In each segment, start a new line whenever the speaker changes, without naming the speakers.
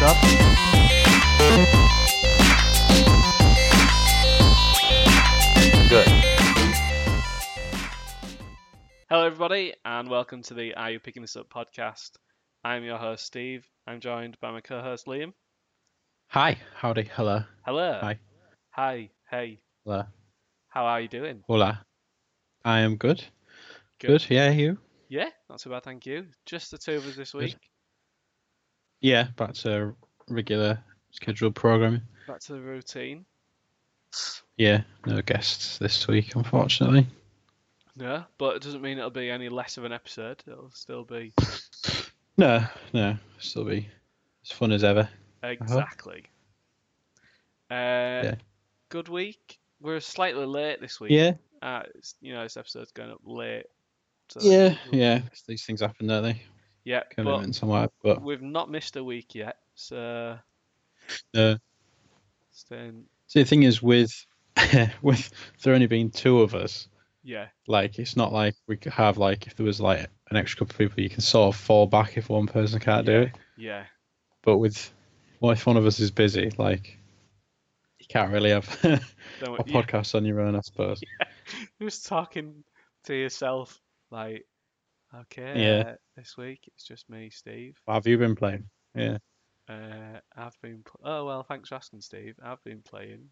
ครับ Good.
Hello, everybody, and welcome to the Are You Picking This Up podcast. I'm your host, Steve. I'm joined by my co host, Liam.
Hi, howdy, hello,
Hello.
Hi.
Hi. Hey.
hello,
How are you doing?
hola. I am good.
Good.
Good, yeah, you?
Yeah, not too bad, thank you. Just the two of us this week.
Yeah, back to regular scheduled programming.
Back to the routine.
Yeah, no guests this week, unfortunately.
No, but it doesn't mean it'll be any less of an episode. It'll still be
No, no, still be as fun as ever.
exactly. uh
Uh-huh. Yeah.
Good week. We're slightly late this week.
Yeah,
Uh, it's, you know, this episode's going up late. So
yeah,
we'll-
yeah. These things happen, don't they?
Yeah, but
Commitments and what, but
we've not missed a week yet, so
no.
staying.
uh, See, the thing is, with with there only being two of us,
Yeah,
like it's not like we could have like if there was like an extra couple of people, you can sort of fall back if one person can't do it.
yeah,
but with well, if one of us is busy, like you can't really have a
Don't worry. You-
podcast on your own, I suppose.
just talking to yourself, like, okay,
Yeah.
uh, this week it's just me, Steve.
What have you been playing?
Uh, I've been. Pl- oh well, thanks for asking, Steve. I've been playing.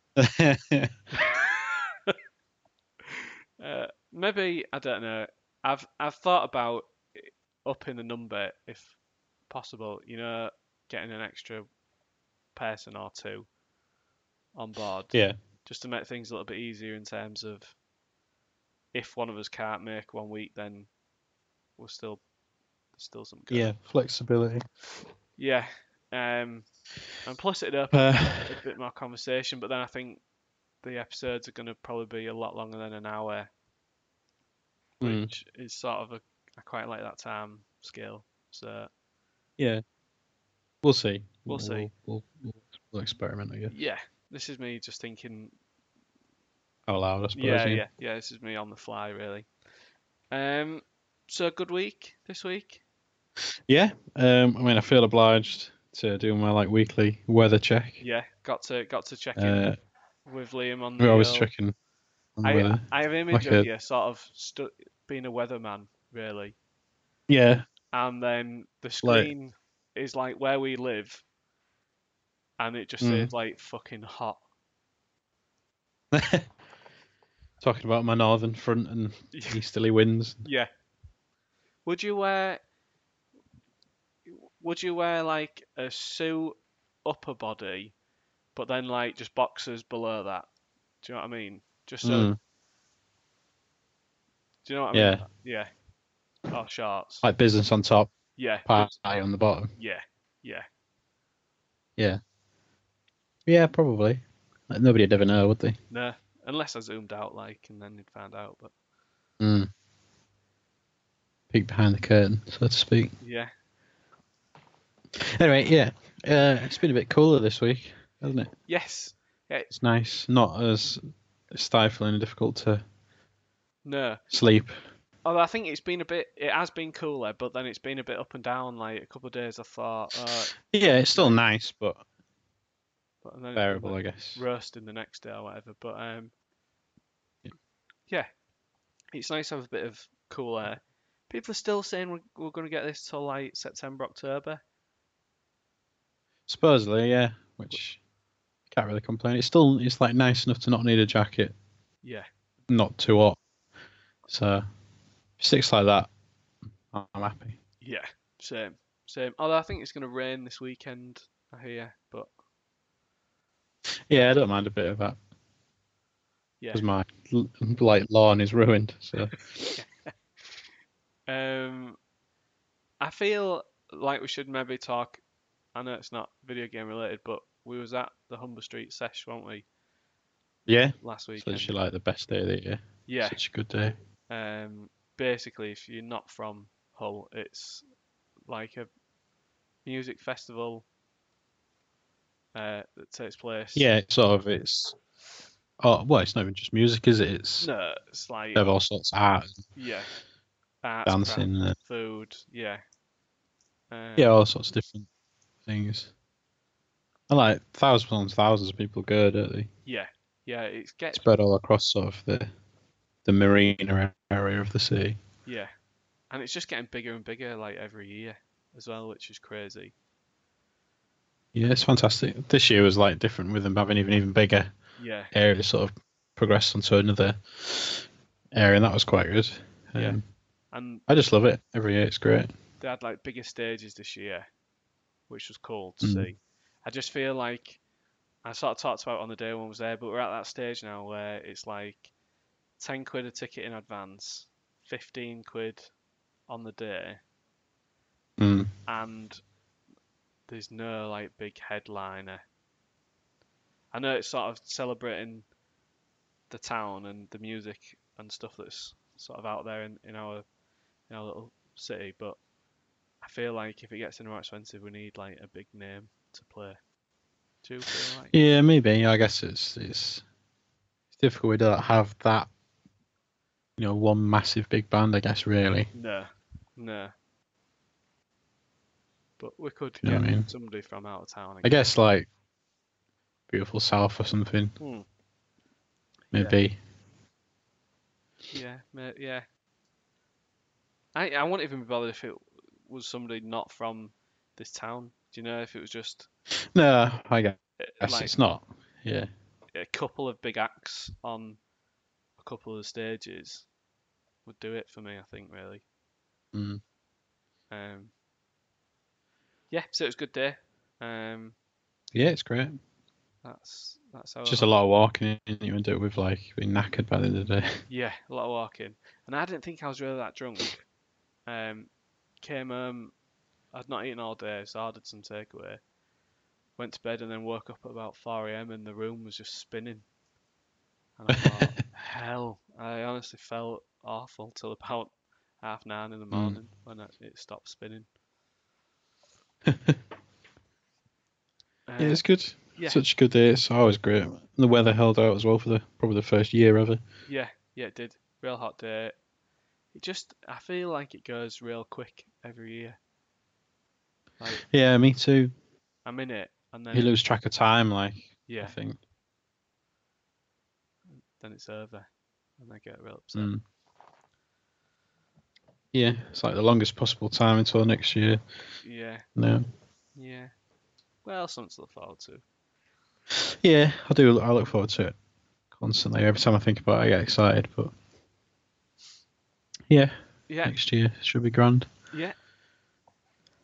Uh, maybe I don't know. I've I've thought about upping the number if possible. You know, getting an extra person or two on board.
yeah,
just to make things a little bit easier in terms of if one of us can't make one week, then we're still there's still some good.
yeah, flexibility.
Yeah. Um, and plus it'd open
Uh,
a bit more conversation, but then I think the episodes are going to probably be a lot longer than an hour,
Mm.
which is sort of a I quite like that time scale. So
yeah, we'll see.
We'll see.
We'll, we'll, we'll, we'll experiment again.
yeah, this is me just thinking
Out loud, I suppose.
Yeah, yeah, yeah. This is me on the fly, really. Um, so good week this week.
Yeah, Um, I mean, I feel obliged to do my like weekly weather check.
Yeah, got to got to check in
Uh,
with Liam on the.
we're always
old-
checking on the
I, uh,
weather.
I have an image
Like
of
a-
you sort of stu- being a weatherman, really,
Yeah,
and then the
Like-
screen is like where we live, and it just
Mm.
says like fucking hot.
talking about my northern front and easterly winds.
Yeah. Would you wear? Would you wear like a suit upper body, but then like just boxers below that? Do you know what I mean? Just so.
Mm.
Do you know what I mean?
Yeah,
Yeah. Or shorts.
like business on top,
yeah.
pie on the bottom.
Yeah. Yeah.
Yeah, probably. Like, nobody'd ever know, would they?
No. Unless I zoomed out like, and then you'd find out. But
Mm. Peek behind the curtain, so to speak.
yeah.
Anyway, yeah, uh, it's been a bit cooler this week, hasn't it?
Yes.
It's nice, not as stifling and difficult to
No.
sleep.
Although I think it's been a bit, it has been cooler, but then it's been a bit up and down. Like a couple of days, I thought, uh,
Yeah, it's still nice, but
but and then it's been
bearable,
like-
I guess.
roasting the next day or whatever. But um,
Yeah.
yeah, it's nice to have a bit of cool air. People are still saying we're, we're going to get this till like September, October.
Supposedly, yeah, which can't really complain. It's still, it's like nice enough to not need a jacket,
Yeah,
not too hot. So, six like that, I'm happy.
yeah, same, same. Although I think it's going to rain this weekend. I hear, but
Yeah, I don't mind a bit of that.
yeah.
because my l- like lawn is ruined. So
Um, I feel like we should maybe talk. I know it's not video game related, but we was at the Humber Street sesh, weren't we,
yeah,
last
it's
weekend?
literally like the best day of the year.
Yeah.
such a good day.
um, basically if you're not from Hull it's like a music festival uh, that takes place
Yeah, it's sort of it's oh well, it's not even just music, is it? It's
no it's like
they have all sorts of art,
yeah arts, crafts,
dancing, uh,
food yeah uh,
yeah, all sorts of different things. And like thousands and thousands of people go, don't they?
Yeah, yeah, it gets
Spread all across sort of the the marina area of the sea.
yeah, and it's just getting bigger and bigger like every year as well, which is crazy.
Yeah, it's fantastic. This year was like different with them having even even bigger
Yeah,
area to sort of progressed onto another area, and that was quite good. Um,
Yeah. and
I just love it every year. It's great.
they had like bigger stages this year, which was cool to
Mm.
see. I just feel like I sort of talked about it on the day when I was there, but we're at that stage now where it's like ten quid a ticket in advance, fifteen quid on the day,
Mm.
and there's no like big headliner. I know it's sort of celebrating the town and the music and stuff that's sort of out there in, in our in our little city, but I feel like if it gets any more expensive, we need like a big name to play. Do you feel like?
Yeah, maybe. I guess it's it's it's difficult. We don't have that, you know, one massive big band. I guess really.
No, no. But we could
You know
get
what I mean?
somebody from out of town.
I guess like beautiful South or something.
Hmm.
Maybe.
Yeah, ma- yeah. I I wouldn't even be bothered if it was somebody not from this town. Do you know if it was just
No, I guess
uh, like
it's not. Yeah.
a couple of big acts on a couple of the stages would do it for me. I think really.
Mm.
Um. Yeah, so it was a good day. Um,
Yeah, it's great.
that's that's how.
It's just a lot of walking, and you end up with like being knackered by the end of the day.
Yeah, a lot of walking. And I didn't think I was really that drunk. Um, came home, I'd not eaten all day, so I ordered some takeaway. Went to bed and then woke up at about 4 a.m. and the room was just spinning. And I thought, hell, I honestly felt awful till about half nine in the morning when it, it stopped spinning. Uh,
Yeah, it's good.
yeah.
Such a good day. It's always great. And the weather held out as well for the probably the first year ever.
Yeah, yeah, it did. Real hot day. It just, I feel like it goes real quick every year. Like
Yeah, me too.
I'm in it, and
You
then
lose track of time, like I
yeah,
think.
then it's over, and I get real upset.
Mm. Yeah, it's like the longest possible time until next year.
Yeah,
No.
yeah. Well, something to look forward to.
Yeah, I do. I look forward to it constantly. Every time I think about it, I get excited. But yeah,
Yeah,
next year should be grand.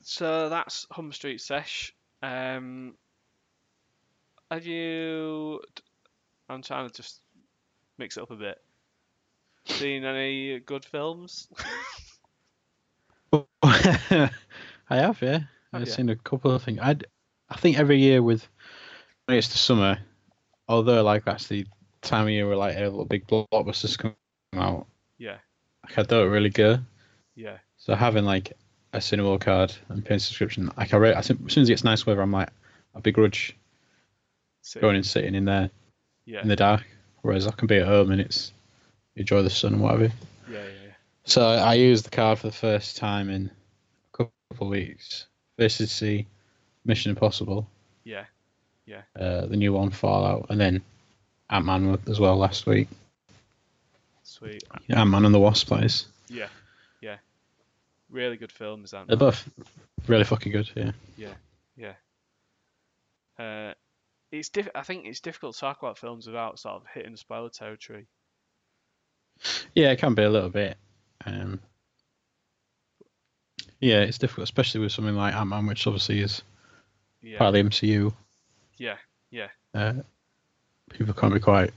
so that's Hum Street Sesh. Um, have you? d- I'm trying to just mix it up a bit. Seen any good films?
I have, yeah.
Have
I've
ya?
seen a couple of things. I I think every year with when it's the summer, although like that's the time of year where like a little big blockbusters come out.
Yeah.
Like I don't really go.
yeah,
So having like a cinema card and paying subscription, like I re- I think as soon as it gets nice weather, I'm like I begrudge
see,
going and sitting in there
yeah,
in the dark, whereas I can be at home and it's enjoy the sun and whatever.
yeah, yeah,
So I used the card for the first time in a couple of weeks. First to see Mission Impossible,
yeah,
uh, the new one Fallout, and then Ant Man as well last week.
sweet,
Ant Man and the Wasp, that is.
yeah, yeah. Really good films, aren't
They're
they?
both really fucking good. Yeah.
uh, it's diff- I think it's difficult to talk about films without sort of hitting spoiler territory.
Yeah, it can be a little bit. Um, yeah, it's difficult, especially with something like Ant Man, which obviously is
Yeah,
part of the MCU.
yeah, yeah,
Uh, people can be quite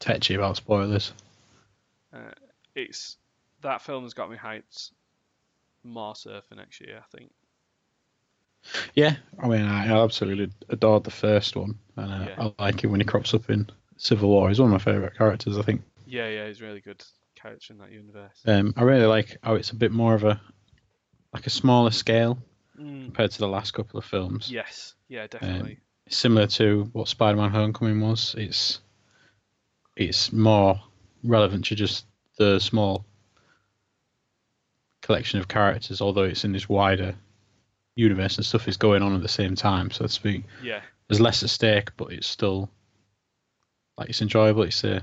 tetchy about spoilers.
it's that film has got me hyped more so for next year. I think.
Yeah, I mean, I I absolutely adored the first one, and uh,
Yeah.
I like it when he crops up in Civil War. He's one of my favorite characters, I think.
Yeah, yeah, he's a really good character in that universe.
Um, I really like how it's a bit more of a like a smaller scale
Mm,
compared to the last couple of films.
yes, yeah, definitely.
Um, Similar to what Spider-Man: Homecoming was, it's it's more relevant to just the small collection of characters, although it's in this wider universe and stuff is going on at the same time, so to speak.
Yeah.
There's less at stake, but it's still like it's enjoyable. It's uh,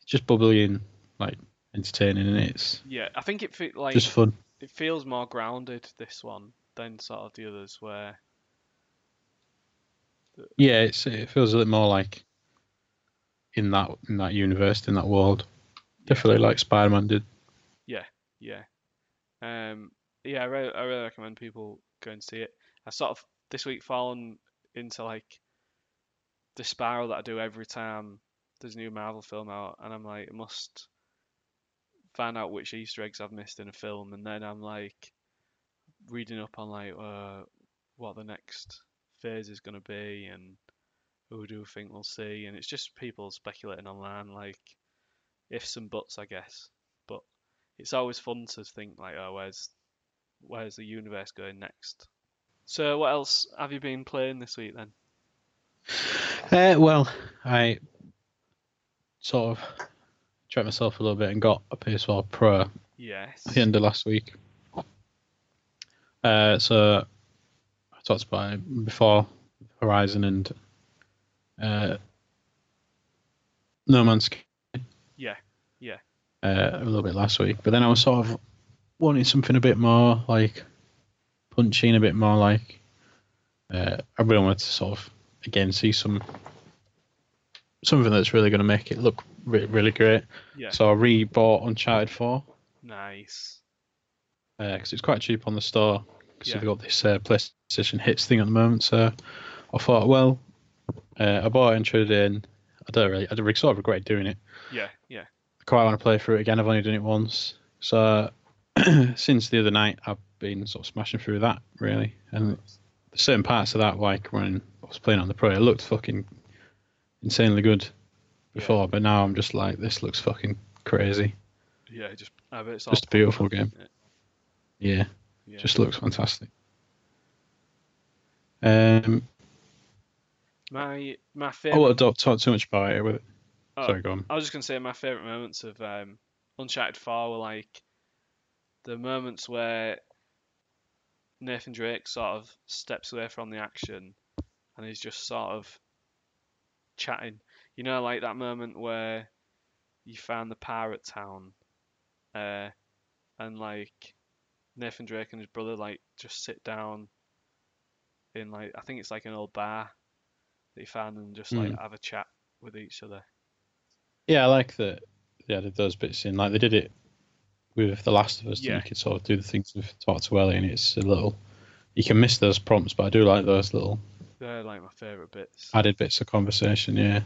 it's just bubbly and like entertaining, and it's
Yeah. I think it fit like
just fun.
it feels more grounded this one than sort of the others where
Yeah, it's it feels a bit more like in that in that universe, in that world. Definitely like Spider-Man did.
yeah um yeah I really, I really recommend people go and see it I sort of this week fallen into like the spiral that I do every time there's a new Marvel film out and I'm like I must find out which Easter eggs I've missed in a film and then I'm like reading up on like uh, what the next phase is going to be and who do we think we'll see and it's just people speculating online like ifs and buts I guess but it's always fun to think like, oh, where's where's the universe going next? So what else have you been playing this week then?
Uh, well, I sort of tricked myself a little bit and got a PS4 Pro at
Yes.
the end of last week. Uh, so I talked about it before Horizon and uh, No Man's Sky.
Yeah, yeah.
Uh, a little bit last week, but then I was sort of wanting something a bit more like punchy and a bit more like uh, I really wanted to sort of again see some something that's really going to make it look re- really great.
Yeah.
So I re-bought Uncharted 4
Nice.
because uh, it's quite cheap on the store because
Yeah.
we've got this uh, PlayStation Hits thing at the moment. So I thought, well, uh, I bought it and traded it in. I don't really, I sort of regret doing it.
Yeah, yeah,
I quite want to play through it again. I've only done it once. So since the other night, I've been sort of smashing through that really, and certain parts of that, like when I was playing on the pro, it looked fucking insanely good before, but now I'm just like, this looks fucking crazy.
yeah. Just I bet it's all
Just a beautiful game.
Yeah.
Yeah,
Yeah.
just looks fantastic. Um,
my my
I
favorite.
would not talk too much about it. With it.
Oh.
Sorry, go on.
I was just gonna say my favorite moments of um, Uncharted Four were like the moments where Nathan Drake sort of steps away from the action and he's just sort of chatting. You know, like that moment where you found the pirate town, uh, and like Nathan Drake and his brother like just sit down in like I think it's like an old bar that he found and just like have a chat with each other.
Yeah, I like that they added those bits in. Like they did it with The Last of Us. Yeah.
Yeah.
You could sort of do the things we've talked to Ellie, and it's a little. You can miss those prompts, but I do like those little
They're like my favourite bits.
added bits of conversation. Yeah,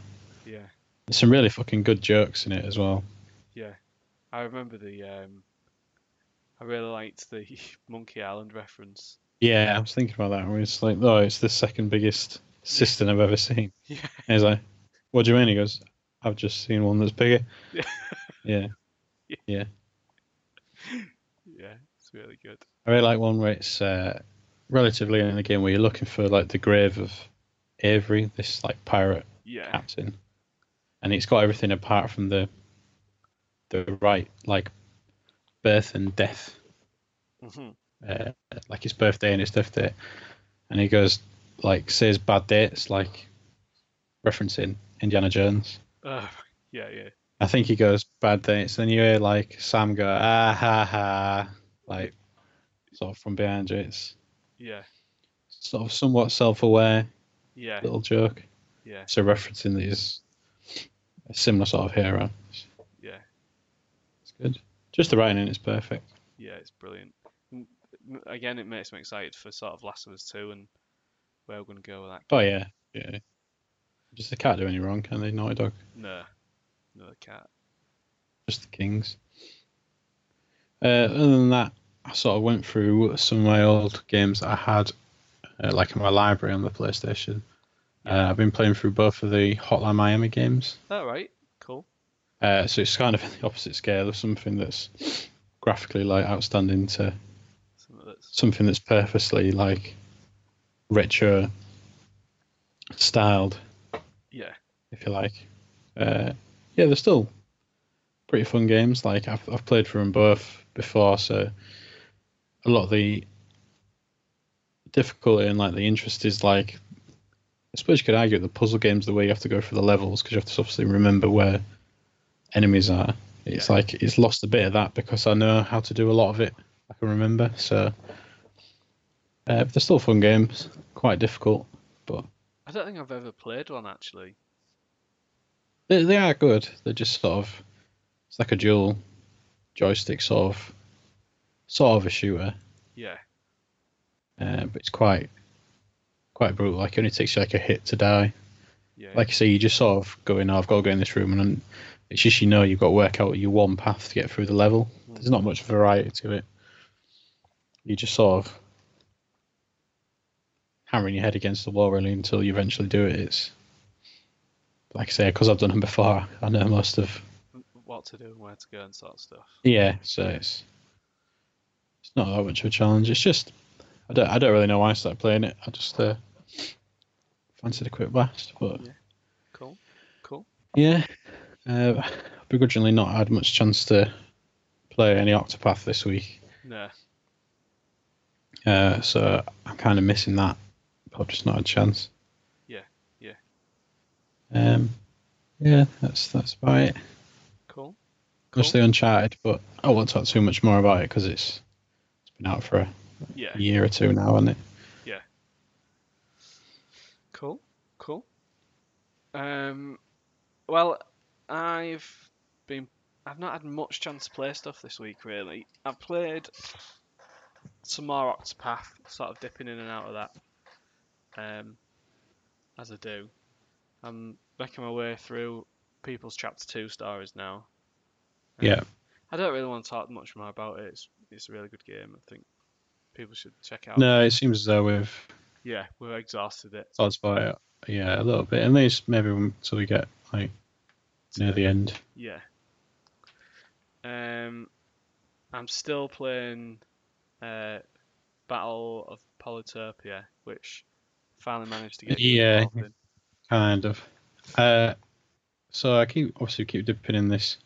yeah,
there's some really fucking good jokes in it as well.
yeah. I remember the. Um, I really liked the Monkey Island reference.
Yeah, I was thinking about that. Where it's like, oh, it's the second biggest cistern I've ever seen.
Yeah.
And he's like, what do you mean? He goes, I've just seen one that's bigger.
Yeah.
yeah.
Yeah, it's really good.
I really like one where it's uh, relatively early in the game where you're looking for like the grave of Avery, this like pirate
Yeah,
captain, and it's got everything apart from the the right like birth and death,
Mhm.
uh, like his birthday and his death date, and he goes like says bad dates like referencing Indiana Jones.
uh, yeah, yeah,
I think he goes bad dates. Then you hear like Sam go ah ha ha like sort of from behind you. It's
yeah,
sort of somewhat self-aware
yeah,
little joke.
yeah,
So referencing that he's a similar sort of hero.
Yeah.
it's good. Just the writing in it's perfect.
yeah. It's brilliant. M- m- Again, it makes me excited for sort of Last of Us Two and where we're gonna go with that.
Oh yeah, yeah. Just they can't do any wrong, can they? Naughty Dog,
No, no, cat.
just the kings. Uh, other than that, I sort of went through some of my old games that I had, uh, like in my library on the PlayStation. Uh, I've been playing through both of the Hotline Miami games.
All right, cool.
Uh, so it's kind of the opposite scale of something that's graphically like outstanding to
Something that's
something that's purposely like retro styled,
yeah,
if you like. Uh, yeah, they're still pretty fun games. Like I've I've played through them both before, so a lot of the difficulty and like the interest is like. I suppose you could argue the puzzle games the way you have to go through the levels because you have to obviously remember where enemies are. It's like it's lost a bit of that because I know how to do a lot of it. I can remember. So, uh, but they're still fun games. Quite difficult, but
I don't think I've ever played one actually.
they, they are good. They're just sort of it's like a dual joystick sort of sort of a shooter,
Yeah.
uh, but it's quite quite brutal. Like it only takes you like a hit to die.
Yeah.
Like you say, you just sort of go in. Oh, I've got to go in this room, and then it's just you know you've got to work out your one path to get through the level. There's not much variety to it. You just sort of hammering your head against the wall really until you eventually do it. It's like I say, because I've done them before. I know most of
what to do and where to go and sort of stuff.
yeah, so it's it's not that much of a challenge. It's just I don't I don't really know why I started playing it. I just uh, fancied a quick blast, but
Cool. Cool.
yeah, uh, I've begrudgingly not had much chance to play any Octopath this week,
No.
uh, so I'm kind of missing that. But I've just not had a chance.
Yeah, yeah.
Um, yeah, that's that's about it.
Cool.
Mostly Uncharted, but I won't talk too much more about it because it's it's been out for a
Yeah.
year or two now, hasn't it?
Cool. Cool. Um well, I've been I've not had much chance to play stuff this week really. I've played some more Octopath, sort of dipping in and out of that. Um as I do. I'm making my way through people's chapter two stories now. Um,
Yeah.
I don't really want to talk much more about it. It's, it's a really good game. I think people should check out.
No, Oh, it seems as though we've
Yeah, we're exhausted it.
thought about it, yeah, a little bit. At least maybe until we get like near the end.
Yeah. Um, I'm still playing uh, Battle of Polytopia, which finally managed to get. you
Yeah.
involved in.
Kind of. Uh, so I keep obviously keep dipping in this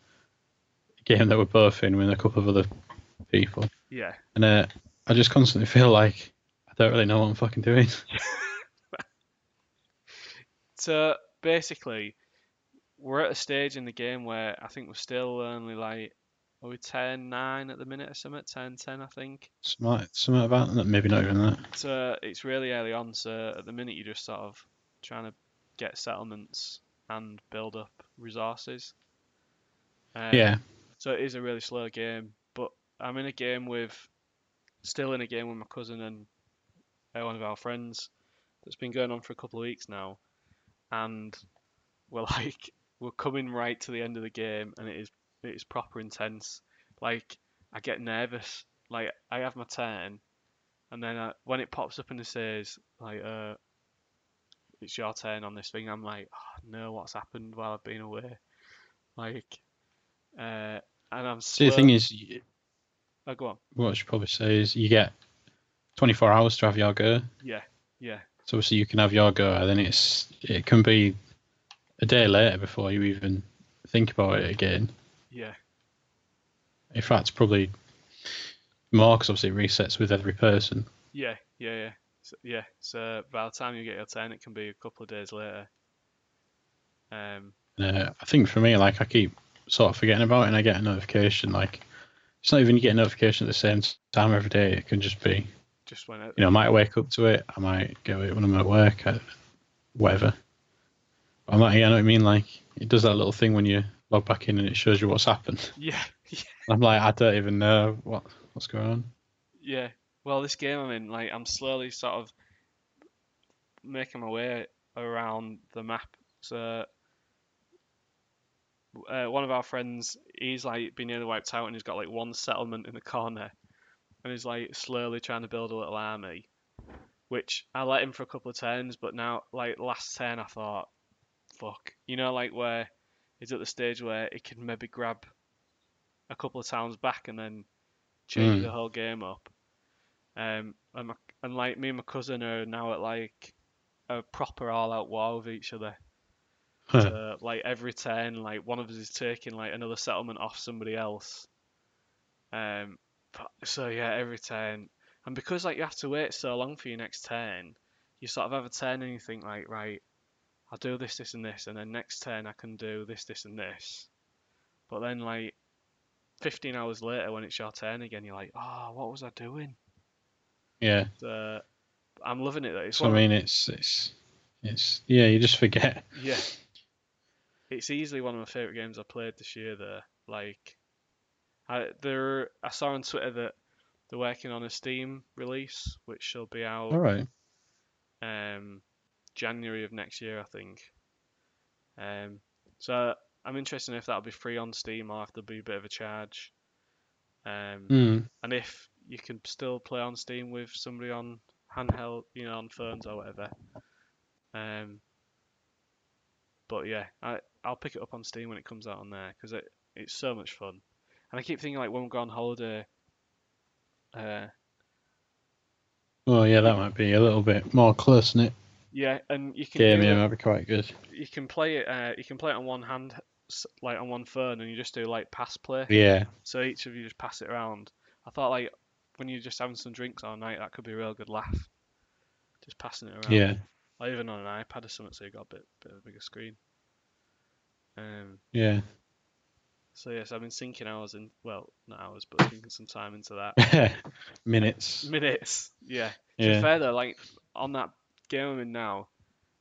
game that we're both in with a couple of other people,
Yeah.
and uh, I just constantly feel like I don't really know what I'm fucking doing.
So basically, we're at a stage in the game where I think we're still only like, are we 10 9 at the minute or something? 10 10, I think.
Something some about that, maybe not even that.
So it's really early on. So at the minute, you're just sort of trying to get settlements and build up resources. Um,
Yeah,
So it is a really slow game, but I'm in a game with, still in a game with my cousin and uh, one of our friends that's been going on for a couple of weeks now, and we're like we're coming right to the end of the game, and it is it is proper intense. Like I get nervous. Like I have my turn, and then I, when it pops up and it says like uh, it's your turn on this thing, I'm like oh, no, what's happened while I've been away, like. Uh, and I'm
see,
slow.
the thing is, y-
oh, go on.
what I should probably say is you get 24 hours to have your go.
Yeah,
So obviously you can have your go, and then it's it can be a day later before you even think about it again.
yeah,
In fact, probably more 'cause obviously it resets with every person.
yeah, yeah, yeah. So, yeah. So by the time you get your turn, it can be a couple of days later. Um.
Uh, I think for me, like I keep sort of forgetting about it, and I get a notification. Like it's not even you get a notification at the same time every day. It can just be
Just when it,
you know I might wake up to it. I might get it when I'm at work. I, whatever. I might, you know what I mean? Like it does that little thing when you log back in and it shows you what's happened.
yeah, yeah,
I'm like, I don't even know what what's going on.
yeah. Well, this game I'm in, like, I'm slowly sort of making my way around the map. So, uh, one of our friends, he's like been nearly wiped out, and he's got like one settlement in the corner, and he's like slowly trying to build a little army. Which I let him for a couple of turns, but now, like last turn, I thought, fuck, you know, like where he's at the stage where he can maybe grab a couple of towns back and then change
Mm.
the whole game up. Um, and, my, and like me and my cousin are now at like a proper all-out war with each other.
Huh.
So, like every turn, like one of us is taking like another settlement off somebody else. Um, but, so yeah, every turn, And because like you have to wait so long for your next turn, you sort of have a turn and you think like, right, I'll do this, this, and this, and then next turn I can do this, this, and this. But then like 15 hours later, when it's your turn again, you're like, oh, what was I doing?
Yeah.
Uh, I'm loving it. Though. It's
So I
one of-
mean, it's it's it's yeah. You just forget.
yeah, it's easily one of my favorite games I played this year. Though, like, I there I saw on Twitter that they're working on a Steam release, which shall be out
All right.
um, January of next year, I think. Um, so I'm interested if that'll be free on Steam or if there'll be a bit of a charge. Um,
Mm.
and if you can still play on Steam with somebody on handheld, you know, on phones or whatever. Um, but yeah, I I'll pick it up on Steam when it comes out on there because it it's so much fun, and I keep thinking like when we go on holiday, uh,
Well, yeah, that might be a little bit more close knit
yeah, and you can
game.
do
Yeah,
it-
might be quite good.
you can play it uh, you can play it on one hand s- like on one phone and you just do like pass play
Yeah.
so each of you just pass it around i thought like when you're just having some drinks all night that could be a real good laugh just passing it around
Yeah.
or even on an ipad or something so you got a bit, bit of a bigger screen um
Yeah.
so yes i've been sinking hours in well not hours but sinking some time into that
Minutes.
minutes yeah To be
Yeah.
fair though, like on that game I'm in now,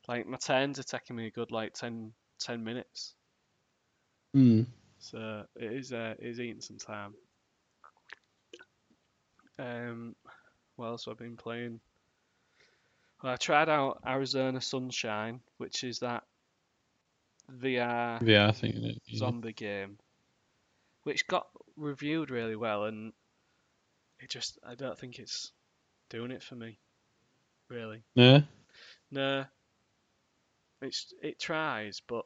like my turns are taking me a good like 10, 10 minutes.
Mm.
So it is uh, it is eating some time. Um, what else have I been playing? Well, I tried out Arizona Sunshine, which is that VR
Yeah, I think. It, yeah.
zombie game, which got reviewed really well, and it just I don't think it's doing it for me, really.
Yeah.
No. It's it tries, but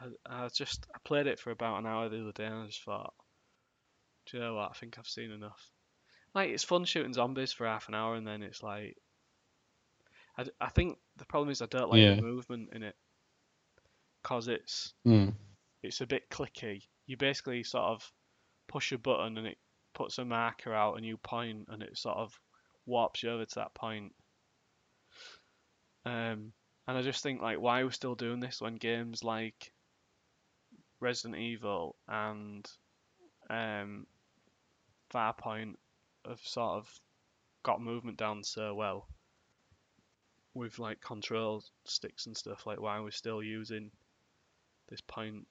I, I just I played it for about an hour the other day and I just thought, do you know what? I think I've seen enough. Like it's fun shooting zombies for half an hour and then it's like, I, d- I think the problem is I don't like
Yeah.
the movement in it, cause it's
Mm.
it's a bit clicky. You basically sort of push a button and it puts a marker out and you point and it sort of warps you over to that point. Um, and I just think like why are we still doing this when games like Resident Evil and um, Farpoint have sort of got movement down so well with like control sticks and stuff like why are we still using this point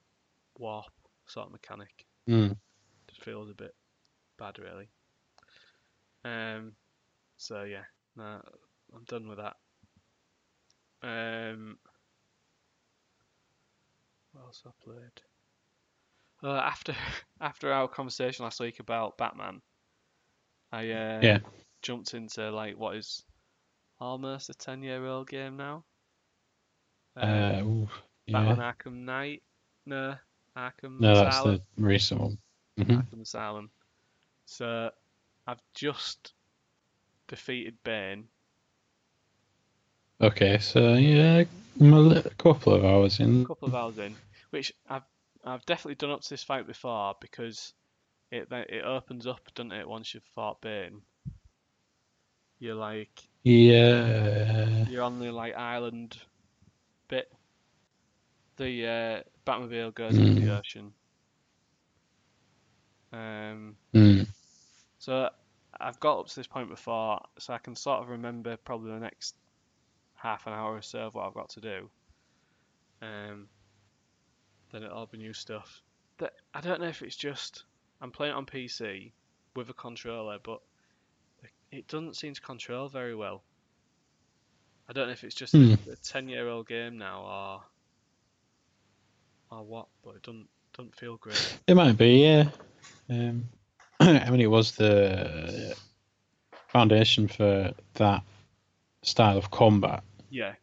warp sort of mechanic.
Mm.
Just feels a bit bad, really. Um, so yeah, nah, I'm done with that. Um, what else I played? Uh, after after our conversation last week about Batman, I uh,
Yeah.
jumped into like what is almost a ten year old game now.
Uh, ooh, yeah.
Batman Arkham Knight. No, Arkham
No, that's
Asylum.
the recent one. Mhm.
Arkham Asylum. So I've just defeated Bane.
Okay, so yeah, I'm a li- couple of hours
a
in.
couple of hours in, which I've I've definitely done up to this fight before because it then- it opens up, doesn't it? Once you've fought Bane, you're like
Yeah.
you're on the like island bit. The uh, Batmobile goes into the ocean. Um,
Mm.
So I've got up to this point before, so I can sort of remember probably the next half an hour or so of what I've got to do. Um, then it'll be new stuff. That I don't know if it's just I'm playing it on PC with a controller, but it doesn't seem to control very well. I don't know if it's just
Hmm.
a ten-year-old game now or or what, but it doesn't doesn't feel great.
It might be, yeah. Um, I mean, it was the foundation for that style of combat.
yeah.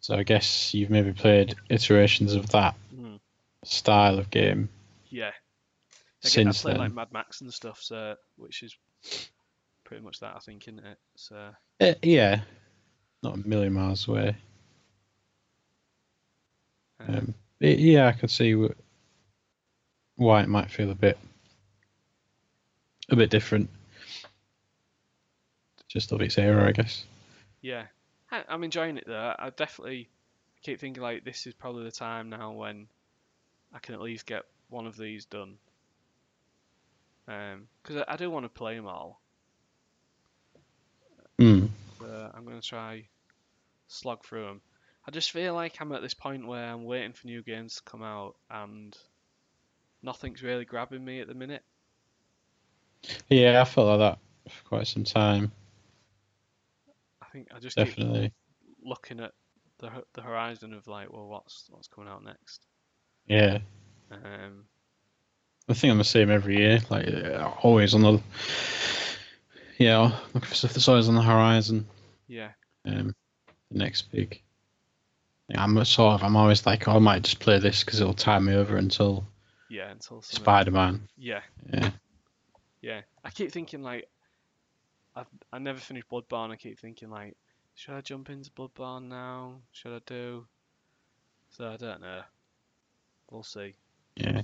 So I guess you've maybe played iterations of that
Mm.
style of game
Yeah. Again,
since
I play
then.
like Mad Max and stuff, so which is pretty much that I think, isn't it? So uh,
Eh, yeah, not a million miles away.
um,
Um, it, yeah, I could see wh- why it might feel a bit, a bit different. just of its era, I guess.
yeah, I, I'm enjoying it though. I definitely keep thinking like this is probably the time now when I can at least get one of these done. Because I, I do want to play them all.
Mm.
but I'm gonna try slog through them. I just feel like I'm at this point where I'm waiting for new games to come out and nothing's really grabbing me at the minute.
Yeah, I felt like that for quite some time.
I think I just keep
Definitely.
looking at the ho- the horizon of like, well, what's what's coming out next?
Yeah.
Um,
I think I'm the same every year. Like uh, always on the yeah, looking for stuff that's always on the horizon.
yeah,
Um, the next big. Yeah, I'm a sort of. I'm always like, oh, I might just play this because it'll tie me over until
yeah, until something.
Spider Man.
Yeah,
Yeah.
yeah. I keep thinking like, I I never finished Bloodborne. I keep thinking like, should I jump into Bloodborne now? Should I do? So I don't know. We'll see.
Yeah.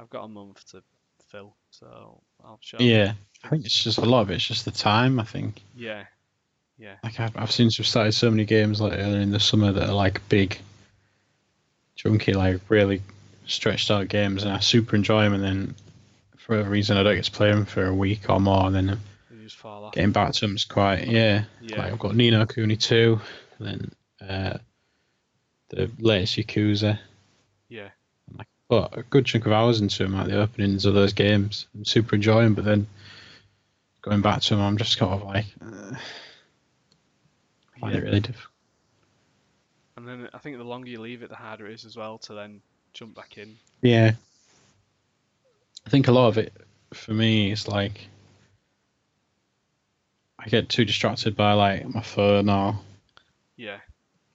I've got a month to fill, so I'll show.
Yeah. I think it's just a lot of it's just the time. I think.
Yeah.
Like I've I've since we've started so many games like earlier in the summer that are like big, chunky, like really stretched out games, and I super enjoy them. And then for whatever reason, I don't get to play them for a week or more, and then
You just fall off.
getting back to them is quite yeah.
Yeah.
Like I've got Nino Kuni two, and then uh, the latest Yakuza.
Yeah.
But a good chunk of hours into them, like the openings of those games, I'm super enjoying. But then going back to them, I'm just kind of like uh, find
yeah.
it really difficult.
And then I think the longer you leave it, the harder it is as well to then jump back in.
Yeah, I think a lot of it for me is like I get too distracted by like my phone or
Yeah.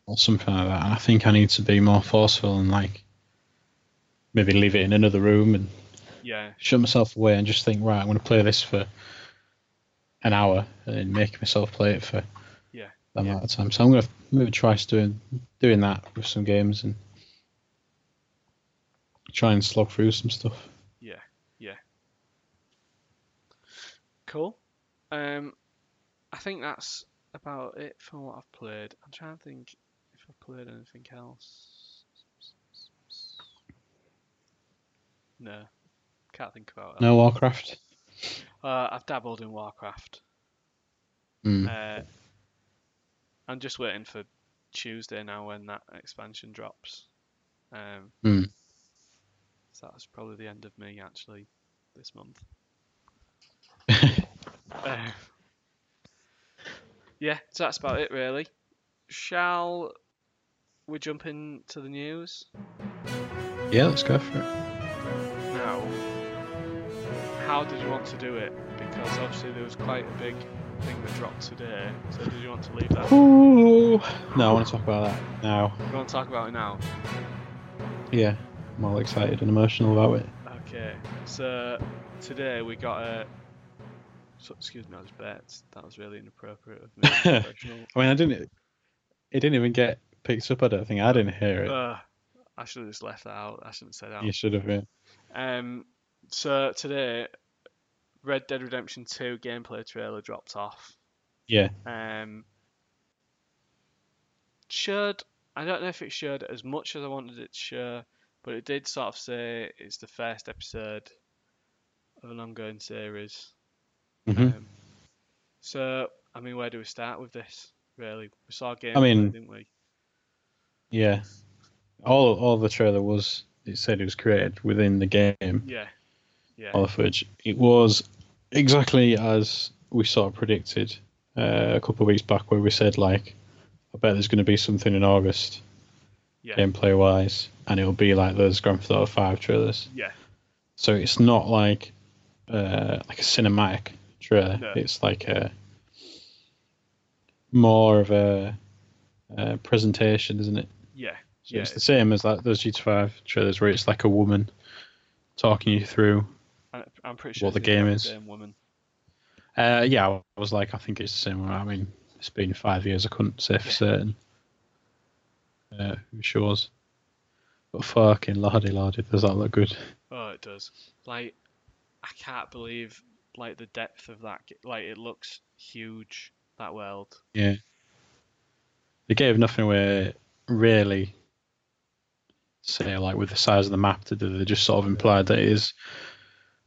or something like that. And I think I need to be more forceful and like maybe leave it in another room and
Yeah.
shut myself away and just think, right, I'm going to play this for an hour and then make myself play it for
Yeah,
that
yeah.
amount of time. So I'm going to maybe try s- doing doing that with some games and try and slog through some stuff.
Cool. Um, I think that's about it for what I've played. I'm trying to think if I've played anything else. No. Can't think about it.
No Warcraft.
Uh, I've dabbled in Warcraft.
Mm.
Uh, I'm just waiting for Tuesday now when that expansion drops. Um,
Hmm.
So that's probably the end of me actually this month. Uh, yeah, so that's about it really. Shall we jump into the news?
Yeah, let's go for it.
Now, how did you want to do it? Because obviously there was quite a big thing that dropped today. So did you want to leave that?
Ooh. No, I want to talk about that now.
You want to talk about it now?
Yeah, I'm all excited and emotional about it.
Okay, so today we got a. So, excuse me, I was bet. That was really inappropriate of me. professional.
I mean, I didn't. It didn't even get picked up. I don't think I didn't hear it.
Ugh, I should have just left that out. I shouldn't have said that.
you should have. uh, Been.
Um, so today, Red Dead Redemption 2 gameplay trailer dropped off.
Yeah.
Um, showed, I don't know if it showed as much as I wanted it to show, but it did sort of say it's the first episode of an ongoing series.
hmm
Um, so, I mean, where do we start with this? Really, we saw gameplay,
mean-
didn't we?
Yeah. All all the trailer was. It said it was created within the game.
Yeah, yeah,
All of which it was exactly as we sort of predicted uh, a couple of weeks back, where we said like, I bet there's going to be something in August,
yeah,
gameplay wise, and it'll be like those Grand Theft Auto Five trailers.
yeah,
So it's not like uh, like a cinematic trailer.
No.
It's like a more of a, uh presentation, isn't it?
yeah,
So
yeah.
it's the same as like those GTA Five trailers where it's like a woman talking you through.
I- I'm pretty sure
what the
it's exactly
game is.
Same woman.
Uh, yeah, I was like, I think it's the same one. I mean, it's been five years. I couldn't say for
Yeah.
certain uh, who she was. But fucking lordy, lordy, does that look good?
Oh, it does. Like, I can't believe like the depth of that. g- Like, it looks huge. that world.
Yeah. They gave nothing away really say like with the size of the map to do they just sort of implied that it is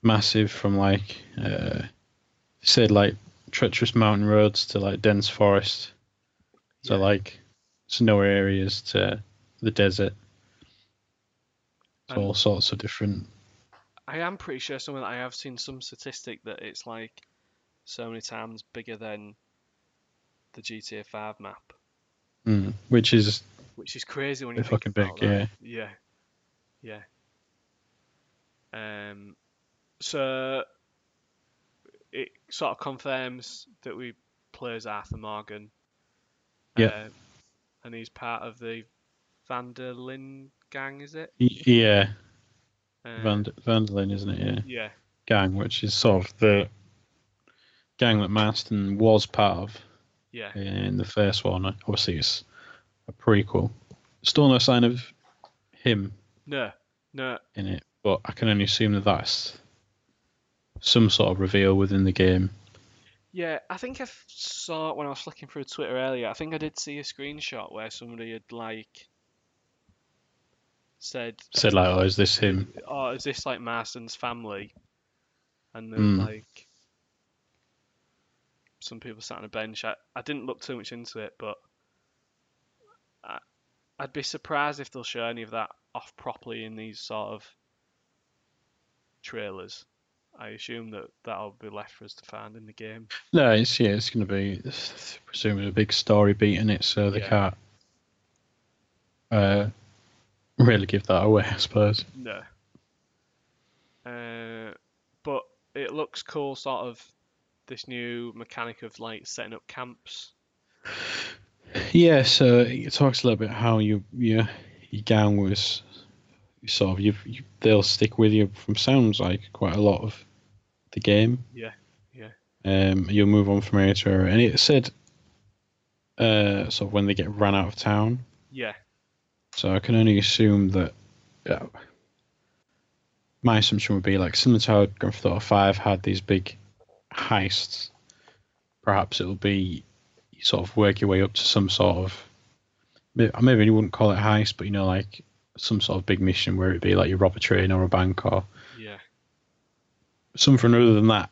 massive from like uh said like treacherous mountain roads to like dense forest to
Yeah.
like snow areas to the desert. To
And-
all sorts of different
I am pretty sure someone I have seen some statistic that it's like so many times bigger than the GTA 5 map,
mm, which is
which is crazy when you
They're
think
fucking
about
big,
that. yeah, yeah, yeah. Um, so it sort of confirms that we play as Arthur Morgan.
Yeah.
Uh, and he's part of the Vanderlyn gang, is it?
y- yeah,
Uh,
Vand- Vanderlyn, isn't it? Yeah.
yeah,
gang, which is sort of the gang that Marston was part of
yeah,
in the first one. Obviously, it's a prequel. Still no sign of him
No, no,
in it, but I can only assume that that's some sort of reveal within the game.
Yeah, I think I f- saw it when I was flicking through Twitter earlier. I think I did see a screenshot where somebody had like said,
Said like, "Oh, is this him?"
"Oh, is this like Marston's family?" And then
Hmm.
like some people sat on a bench. I, I didn't look too much into it, but I, I'd be surprised if they'll show any of that off properly in these sort of trailers. I assume that that'll be left for us to find in the game.
No, it's yeah, it's going to be it's presumably a big story beat in it, so they
Yeah.
can't uh, really give that away, I suppose.
No. Uh, but it looks cool, sort of this new mechanic of like setting up camps.
Yeah, so it talks a little bit how you your your gang was sort of you, you they'll stick with you from sounds like quite a lot of the game.
Yeah, yeah.
Um, you'll move on from area to area, and it said uh sort of when they get ran out of town.
Yeah,
So I can only assume that. Yeah, my assumption would be like similar to how Grand Theft Auto Five had these big heists. Perhaps it'll be you sort of work your way up to some sort of. may- I Maybe you wouldn't call it heist, but you know, like some sort of big mission where it'd be like you rob a train or a bank or
yeah,
something other than that.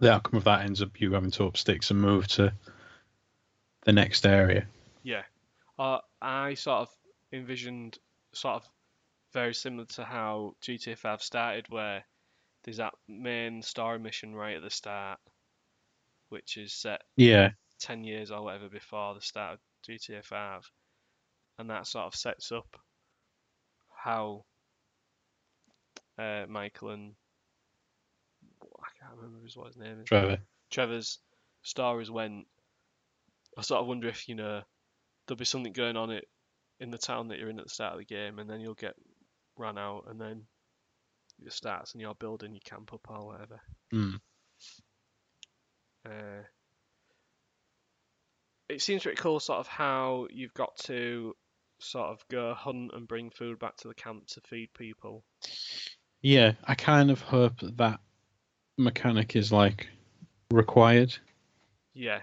The outcome of that ends up you having to up sticks and move to the next area.
yeah. Uh, I sort of envisioned sort of very similar to how GTA 5 started, where there's that main story mission right at the start, which is set
Yeah,
10 years or whatever before the start of GTA 5. And that sort of sets up how uh, Michael and I can't remember his- what his name is.
Trevor.
Trevor's stories went. I sort of wonder if, you know, there'll be something going on it in the town that you're in at the start of the game, and then you'll get run out, and then it starts and you're building your camp up or whatever.
Mm.
Uh, it seems pretty cool, sort of how you've got to sort of go hunt and bring food back to the camp to feed people.
Yeah, I kind of hope that that mechanic is like required.
Yeah,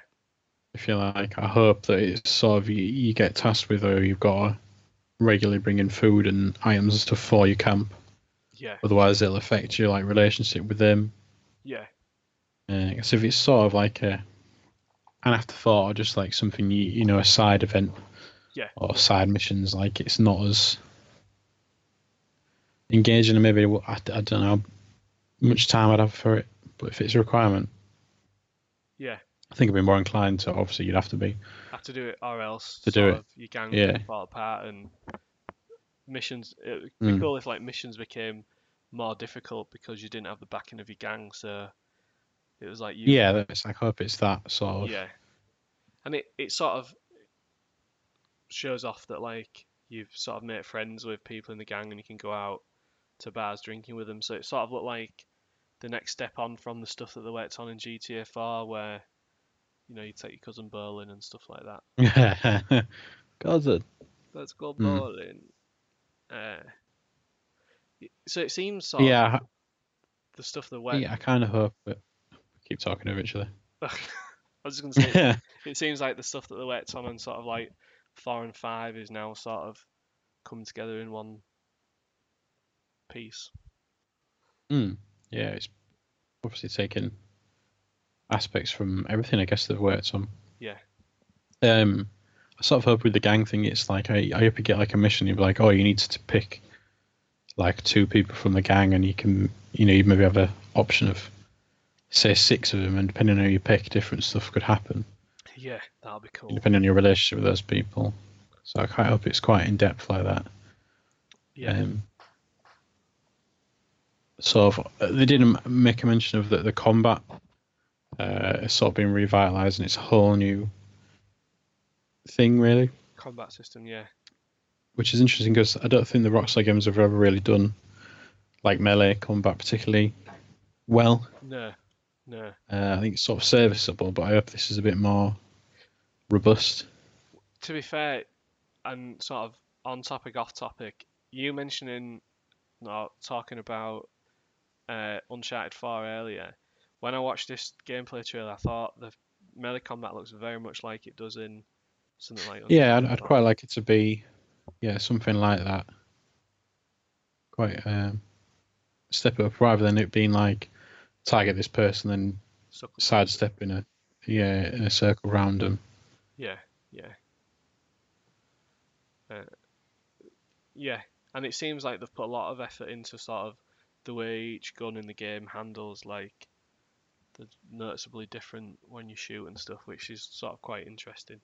If you like, I hope that it's sort of you, you get tasked with, or you've got to regularly bring in food and items and stuff for your camp.
yeah,
Otherwise, it'll affect your like relationship with them.
yeah,
Because if it's sort of like a an afterthought or just like something you you know a side event
Yeah.
or side missions, like it's not as engaging and maybe w- I, I don't know how much time I'd have for it. But if it's a requirement,
Yeah.
I think I'd be more inclined to. Obviously, you'd have to be.
have to do it or else
To do
sort
it.
of your gang
Yeah.
will fall apart and missions. It would be
Mm.
cool if like missions became more difficult because you didn't have the backing of your gang, so it was like you
Yeah, that's, I hope it's that sort of.
Yeah. And it, it sort of shows off that like you've sort of made friends with people in the gang and you can go out to bars drinking with them. So it sort of looked like the next step on from the stuff that they worked on in GTA 4 where you know you take your cousin bowling and stuff like that.
God's a-
Let's go
Mm.
bowling. Uh, y- so it seems sort of
yeah,
the stuff they
I-
worked
yeah, I kind of hope. But keep talking over each other.
was just gonna say,
yeah.
it seems like the stuff that they worked on and sort of like four and five is now sort of come together in one piece.
Mm. Yeah, it's obviously taken aspects from everything I guess they've worked on.
Yeah.
Um, I sort of hope with the gang thing, it's like I, I hope you get like a mission. You're like, oh, you need to pick like two people from the gang, and you can you know you maybe have a option of say six of them, and depending on who you pick, different stuff could happen
Yeah, that'll be cool.
depending on your relationship with those people. So I quite hope it's quite in depth like that.
Yeah,
Um, sort of, uh, they didn't m- make a mention of that the combat uh, has sort of been revitalized and it's a whole new thing, really,
combat system. Yeah,
which is interesting because I don't think the Rockstar games have ever really done like melee combat particularly well.
no, no.
Uh, I think it's sort of serviceable, but I hope this is a bit more robust.
to be fair, and sort of on topic, off topic, you mentioning, no, talking about uh, Uncharted 4 earlier, when I watched this gameplay trailer, I thought the melee combat looks very much like it does in something like
Yeah, I'd,
Uncharted
I'd
4.
quite like it to be, yeah, something like that. Quite um, step it up rather than it being like target this person, then
Suck it.
sidestep in a yeah in a circle round them.
Yeah, yeah. Uh, yeah, and it seems like they've put a lot of effort into sort of the way each gun in the game handles, like, they're noticeably different when you shoot and stuff, which is sort of quite interesting.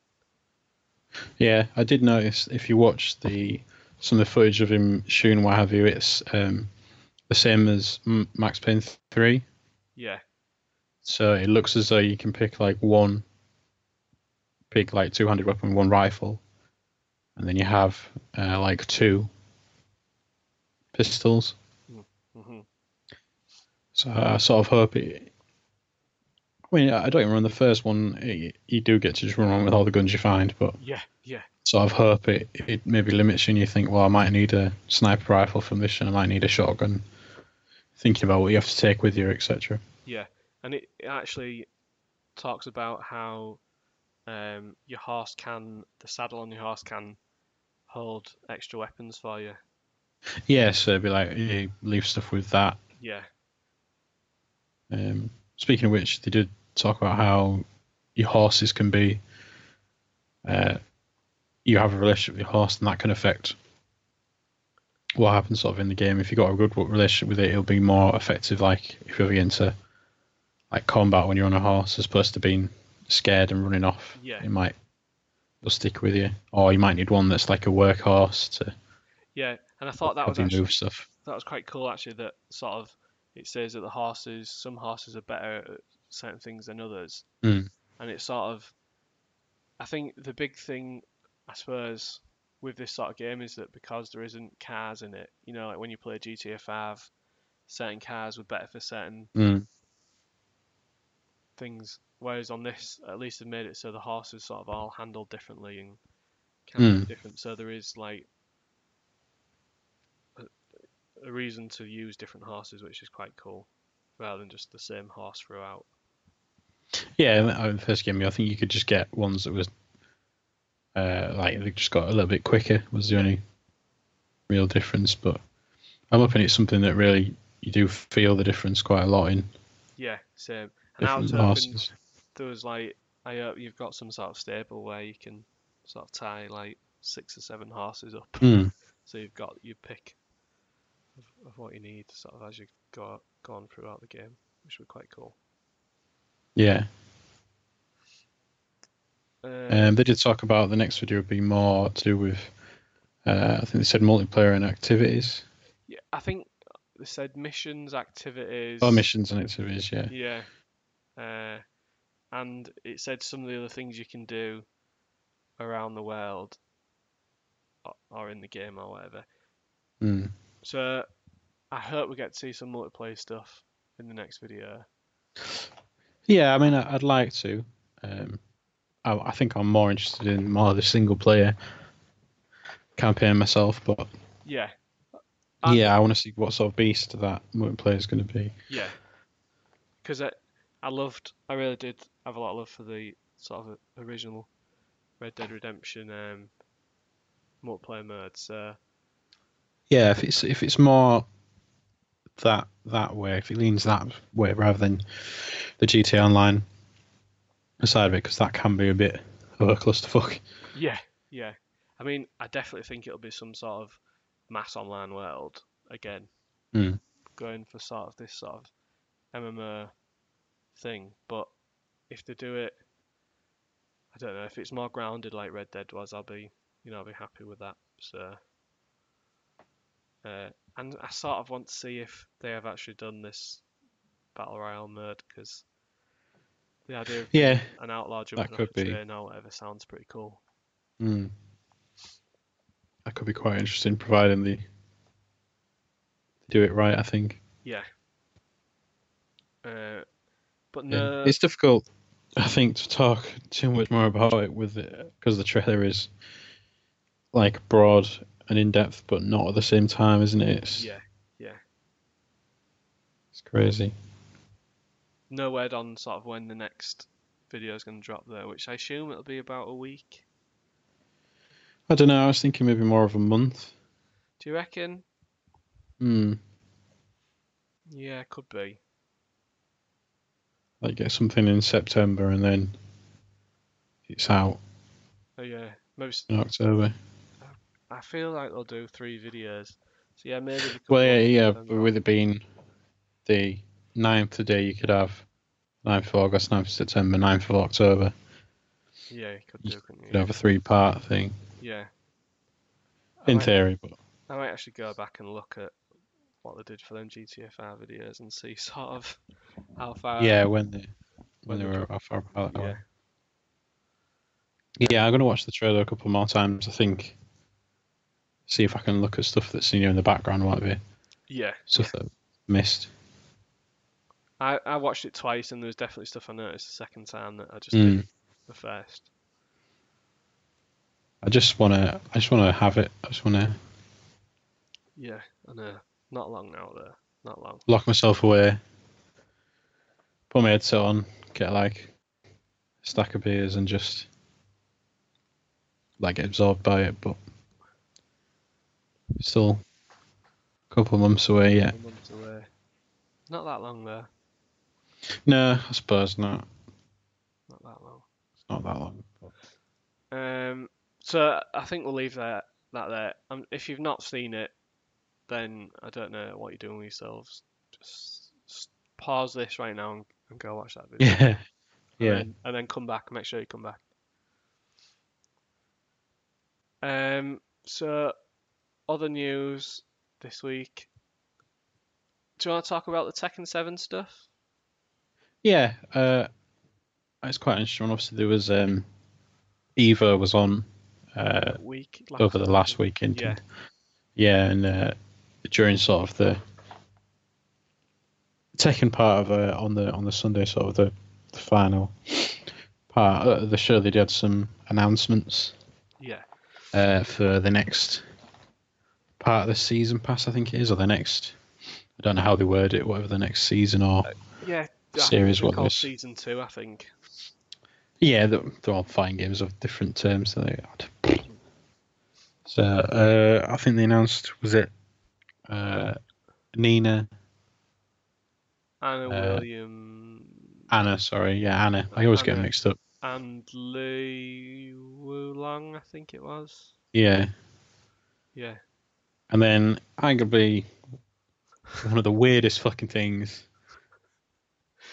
Yeah, I did notice if you watch the some of the footage of him shooting what have you, it's um, the same as M- Max Payne three.
Yeah,
So it looks as though you can pick like one, pick like two handed weapon, one rifle, and then you have uh, like two pistols.
hmm
So I sort of hope it. I mean, I don't even run the first one. y- You do get to just run around with all the guns you find, but
yeah, yeah,
sort of hope it, it maybe limits you and you think, well, I might need a sniper rifle from this and I might need a shotgun. Thinking about what you have to take with you, etc.
yeah. And it, it actually talks about how um, your horse can, the saddle on your horse can hold extra weapons for you.
Yeah, so it'd be like, you leave stuff with that.
Yeah,
Um, speaking of which, they did talk about how your horses can be. Uh, you have a relationship with your horse, and that can affect what happens sort of in the game. If you got a good wo- relationship with it, it'll be more effective. Like if you're into like combat when you're on a horse, as opposed to being scared and running off.
Yeah.
it might will stick with you, or you might need one that's like a workhorse to
yeah. And I thought that
help
was
you
actually.
move stuff.
that was quite cool actually that sort of it says that the horses some horses are better at certain things than others
Mm.
and it's sort of i think the big thing i suppose with this sort of game is that because there isn't cars in it you know like when you play gta 5 certain cars were better for certain
Mm.
things whereas on this at least they've made it so the horses sort of all handled differently and can
Mm.
be different so there is like a, a reason to use different horses which is quite cool rather than just the same horse throughout
Yeah, in the- in the first game, I think you could just get ones that was uh, like they just got a little bit quicker. Was the only real difference, but I'm hoping it's something that really you do feel the difference quite a lot in
yeah same and I
different
was hoping
horses.
there was like i hope you've got some sort of stable where you can sort of tie like six or seven horses up
Hmm.
so you've got your pick of, of what you need sort of as you go go on throughout the game which would be quite cool
Yeah,
uh,
um, they did talk about the next video would be more to do with uh, I think they said multiplayer and activities,
Yeah, I think they said missions, activities.
or missions and activities. Yeah,
Yeah. Uh, and it said some of the other things you can do around the world or, or in the game or whatever.
Hmm.
So I hope we get to see some multiplayer stuff in the next video.
yeah. I mean, I- I'd like to. Um, I, I think I'm more interested in more of the single player campaign myself, but
Yeah. Um,
yeah, I want to see what sort of beast that multiplayer is going to be.
Yeah. Because I loved, I really did have a lot of love for the sort of original Red Dead Redemption um, multiplayer mode. So
Yeah, if it's if it's more that that way, if it leans that way rather than the GTA Online side of it, because that can be a bit of a clusterfuck.
yeah, yeah. I mean, I definitely think it'll be some sort of mass online world again,
Hmm.
going for sort of this sort of MMO thing. But if they do it, I don't know if it's more grounded like Red Dead was. I'll be, you know, I'll be happy with that. So, uh, and I sort of want to see if they have actually done this battle royale mode because the idea of
Yeah,
an outlaw jumping off
could
a
be.
train or whatever sounds pretty cool.
Mm. That could be quite interesting, providing the do it right. I think
Yeah. Uh, but
Yeah.
no,
it's difficult. I think to talk too much more about it with because the trailer is like broad and in depth, but not at the same time, isn't it? It's,
yeah,
it's crazy.
no word on sort of when the next video is going to drop there, which I assume it'll be about a week.
I don't know. I was thinking maybe more of a month.
Do you reckon?
Hmm.
Yeah, could be.
Like get something in September and then it's out
Oh yeah, maybe. s-
in October.
I feel like they'll do three videos. So yeah, maybe. they could
Well, yeah,
put
yeah,
them
but
on-
with it being the 9th today, you could have 9th of August, 9th of September, 9th of October.
Yeah, you could
you
do, couldn't
You
you?
could have a three part thing,
Yeah. I
in
might,
theory, but
I might actually go back and look at what they did for them GTFR videos and see sort of how far.
yeah, when they, when
Um, when
they
they
were off our part.
Yeah.
Yeah. yeah, I'm going to watch the trailer a couple more times, I think. See if I can look at stuff that's you know, in the background, what have you,
Yeah.
stuff that I missed.
I, I watched it twice and there was definitely stuff I noticed the second time that I just
Mm.
didn't the first.
I just want to, I just want to have it. I just want to
Yeah, I know. Not long now though. Not long.
lock myself away, put my headset on, get like a stack of beers and just like get absorbed by it, but still a couple of months away yet.
A month away. Not that long though.
No, I suppose not.
Not that long.
It's not that long.
Um. So I think we'll leave that that there. Um, if you've not seen it, then I don't know what you're doing with yourselves. Just, s pause this right now and, and go watch that video.
Yeah.
and
Yeah.
then, and then come back. Make sure you come back. Um. So, other news this week. Do you want to talk about the Tekken Seven stuff?
Yeah. Uh, it's quite interesting. Obviously, there was um, Eva was on uh,
That week um,
over the last weekend.
Yeah.
Yeah, and uh, during sort of the second part of uh, on the on the Sunday sort of the, the final part of the show, they did some announcements
Yeah.
uh, for the next part of the season pass, I think it is, or the next. I don't know how they word it, whatever the next season or
Yeah. I think
Series
they're
what
called
this-
season two, I think.
Yeah, they're, they're all fighting games of different terms that they had. So uh, I think they announced was it uh, Nina
Anna
Uh,
William
Anna? Sorry, yeah, Anna. I always get
Anna.
mixed up.
and Lee Wulong, I think it was.
Yeah,
Yeah.
and then arguably one of the weirdest fucking things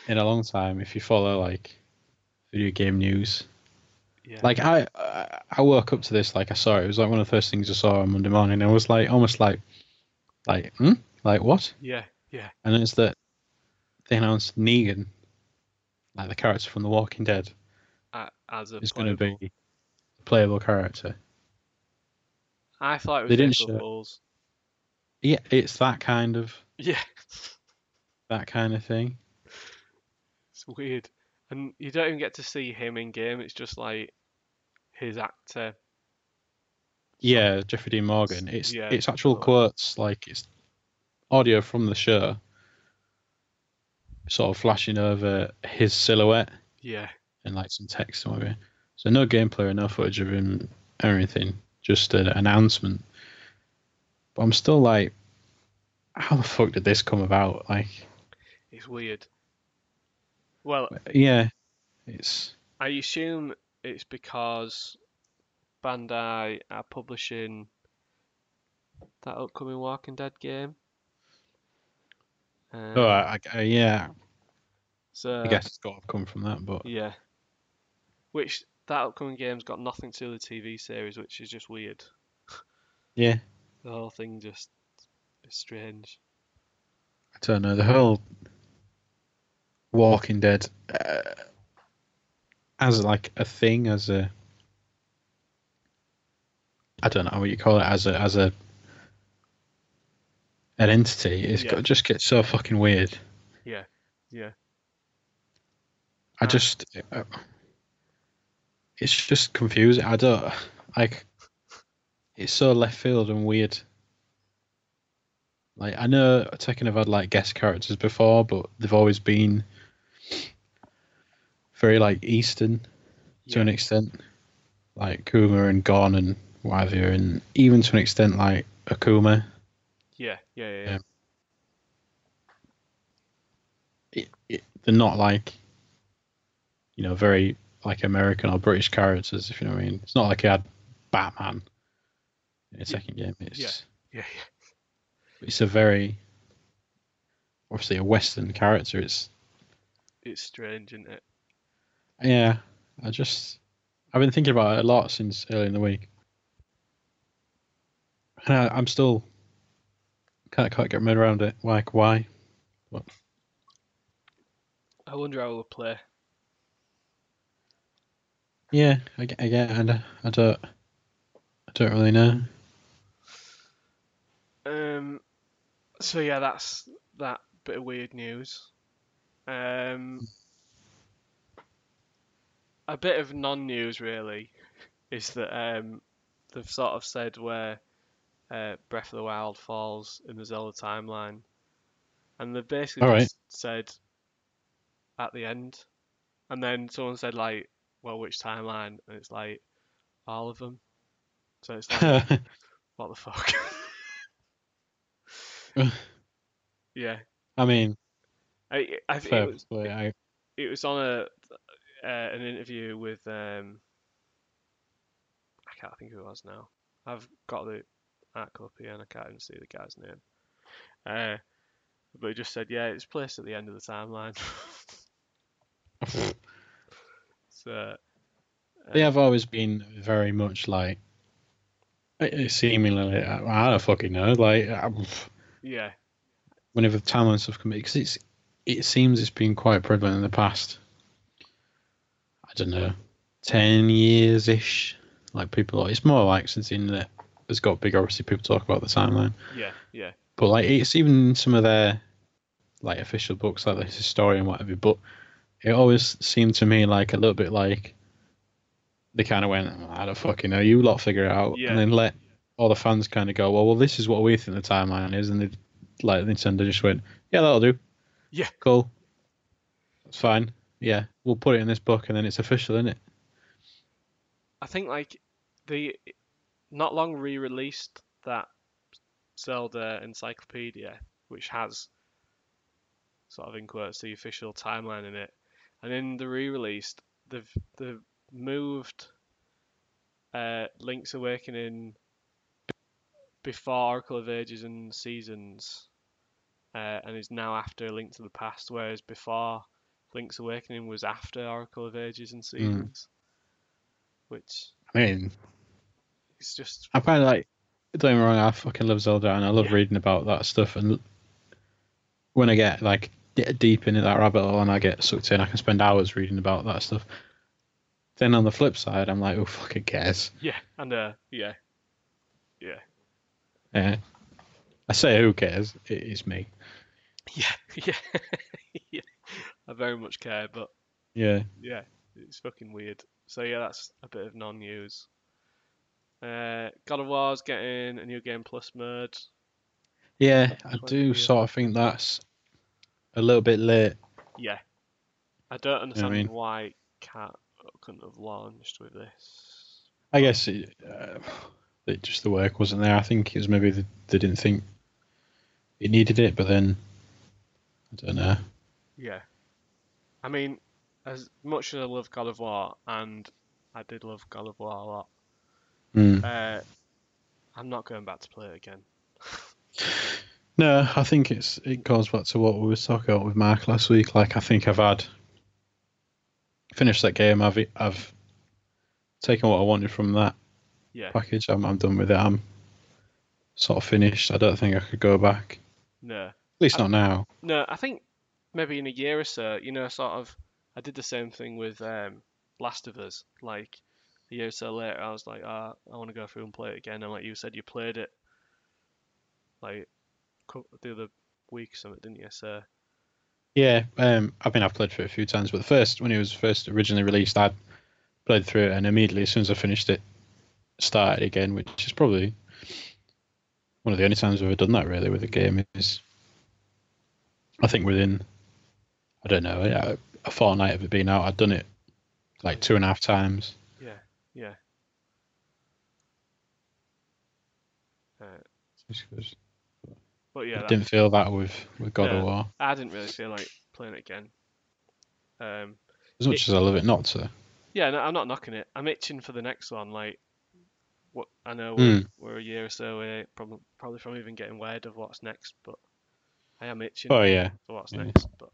in a long time. If you follow like video game news,
Yeah.
like I, I, I woke up to this like I saw it. It was like one of the first things I saw on Monday morning. I was like almost like, like, hmm? like what?
Yeah.
and it's that they announced Negan, like the character from The Walking Dead,
a- As a
is going to be
playable.
a playable character.
I thought it was
They didn't
April
show-
Fools.
Yeah, it's that kind of
Yeah.
that kind of thing.
It's weird. And you don't even get to see him in game, it's just like his actor.
Yeah, Jeffrey Dean Morgan. It's
Yeah,
it's actual
oh.
quotes, like it's audio from the show. sort of flashing over his silhouette
Yeah.
and like some text or whatever. So no gameplay or no footage of him or anything, just an announcement. But I'm still like, how the fuck did this come about? Like,
It's weird. Well,
yeah, it's
I assume it's because Bandai are publishing that upcoming Walking Dead game. Um,
oh, I, I, yeah,
So
I guess it's got to come from that. But
yeah, which that upcoming game's got nothing to do with the TV series, which is just weird.
yeah,
The whole thing just is strange.
I don't know. The whole Walking Dead uh, as like a thing, as a I don't know what you call it, as a as a an entity, it's
Yeah.
got just gets so fucking weird.
Yeah, yeah.
I just uh, it's just confusing. I don't like it's so left field and weird. Like I know Tekken have had like guest characters before, but they've always been very like Eastern to
Yeah.
an extent, like Kuma and Gon and what have you, and even to an extent like Akuma.
Yeah, yeah, yeah.
Yeah.
yeah.
It, it, they're not like you know very like American or British characters, if you know what I mean. It's not like you had Batman in the second game. It's
Yeah. yeah, yeah.
it's a very obviously a Western character. It's
It's strange, isn't it?
yeah. I just I've been thinking about it a lot since early in the week, and I, I'm still can't quite get my head around it. Like why?
I wonder how we'll play.
Yeah, I get, I get, and uh, I don't, I don't really know.
Um, so yeah, that's that bit of weird news. Um, a bit of non-news really is that um, they've sort of said where uh, Breath of the Wild falls in the Zelda timeline, and they've basically
All right.
just said at the end, and then someone said like, "Well, which timeline?" and it's like all of them. So it's like what the fuck? yeah,
I mean,
I, I think
fair
it was,
play. I,
it was on a uh, an interview with um, I can't think who it was now. I've got the article up here and I can't even see the guy's name. Uh, but he just said, yeah, it's placed at the end of the timeline. so
they have always been very much like, eh, seemingly. I, I don't fucking know. Like, um, I-
yeah,
whenever time and stuff come, because it's, it seems it's been quite prevalent in the past. I don't know, ten years ish. Like people, it's more like since the internet has got big. Obviously, people talk about the timeline.
yeah, yeah,
But like it's even in some of their like official books, like the historian, whatever. But it always seemed to me like a little bit like they kind of went, "I don't fucking know, you lot figure it out,"
Yeah.
and then let all the fans kind of go, "Well, well, this is what we think the timeline is," and they like Nintendo just went, "Yeah, that'll do.
Yeah.
cool, that's fine. Yeah, we'll put it in this book, and then it's official, isn't it?
I think like the not long re-released that Zelda encyclopedia, which has sort of in quotes the official timeline in it, and in the re-release they've they've moved uh, Link's Awakening before Oracle of Ages and Seasons, uh, and is now after A Link to the Past, whereas before Link's Awakening was after Oracle of Ages and Seasons, which
I mean,
it's just
I find like don't get me wrong, I fucking love Zelda and I love
Yeah.
reading about that stuff. And when I get like d- deep into that rabbit hole and I get sucked in, I can spend hours reading about that stuff. Then on the flip side, I'm like, oh fuck, it cares.
yeah, and uh, yeah,
Yeah. I say who cares? It is me.
yeah, yeah, yeah. I very much care, but
Yeah.
yeah, it's fucking weird. So yeah, that's a bit of non-news. Uh, God of War's getting a new game plus mode.
Yeah, I
That's what I
do
feel.
sort of think that's a little bit late
Yeah. I don't understand
mean?
why Cat couldn't have launched with this.
I guess it, uh, it just the work wasn't there. I think it was maybe they, they didn't think it needed it, but then I don't know.
Yeah. I mean, as much as I love God of War, and I did love God of War a lot,
Hmm.
uh, I'm not going back to play it again.
No, I think it's it goes back to what we were talking about with Mark last week. Like I think I've had finished that game. I've I've taken what I wanted from that
Yeah.
package. I'm I'm done with it. I'm sort of finished. I don't think I could go back.
No.
At least not now.
No, I think maybe in a year or so, you know, sort of, I did the same thing with um, Last of Us. Like, a year or so later, I was like, ah, I want to go through and play it again. And like you said, you played it, like, cou- the other week or something, didn't you? So,
Yeah, um, I mean, I've played through it a few times, but first, when it was first originally released, I played through it and immediately, as soon as I finished it, started again, which is probably one of the only times I've ever done that really with a game. Is I think within, I don't know, a, a fortnight of it being out, I'd done it like two and a half times.
yeah, yeah. Uh,
It's good.
but yeah,
I
that-
didn't feel that with, with God
Yeah.
of War.
I didn't really feel like playing it again. Um,
As much as I love it not to.
Yeah, no, I'm not knocking it. I'm itching for the next one. Like, what I know
Hmm.
we're, we're a year or so away, probably probably from even getting word of what's next. But I am itching
Oh, yeah.
for what's
yeah.
next. But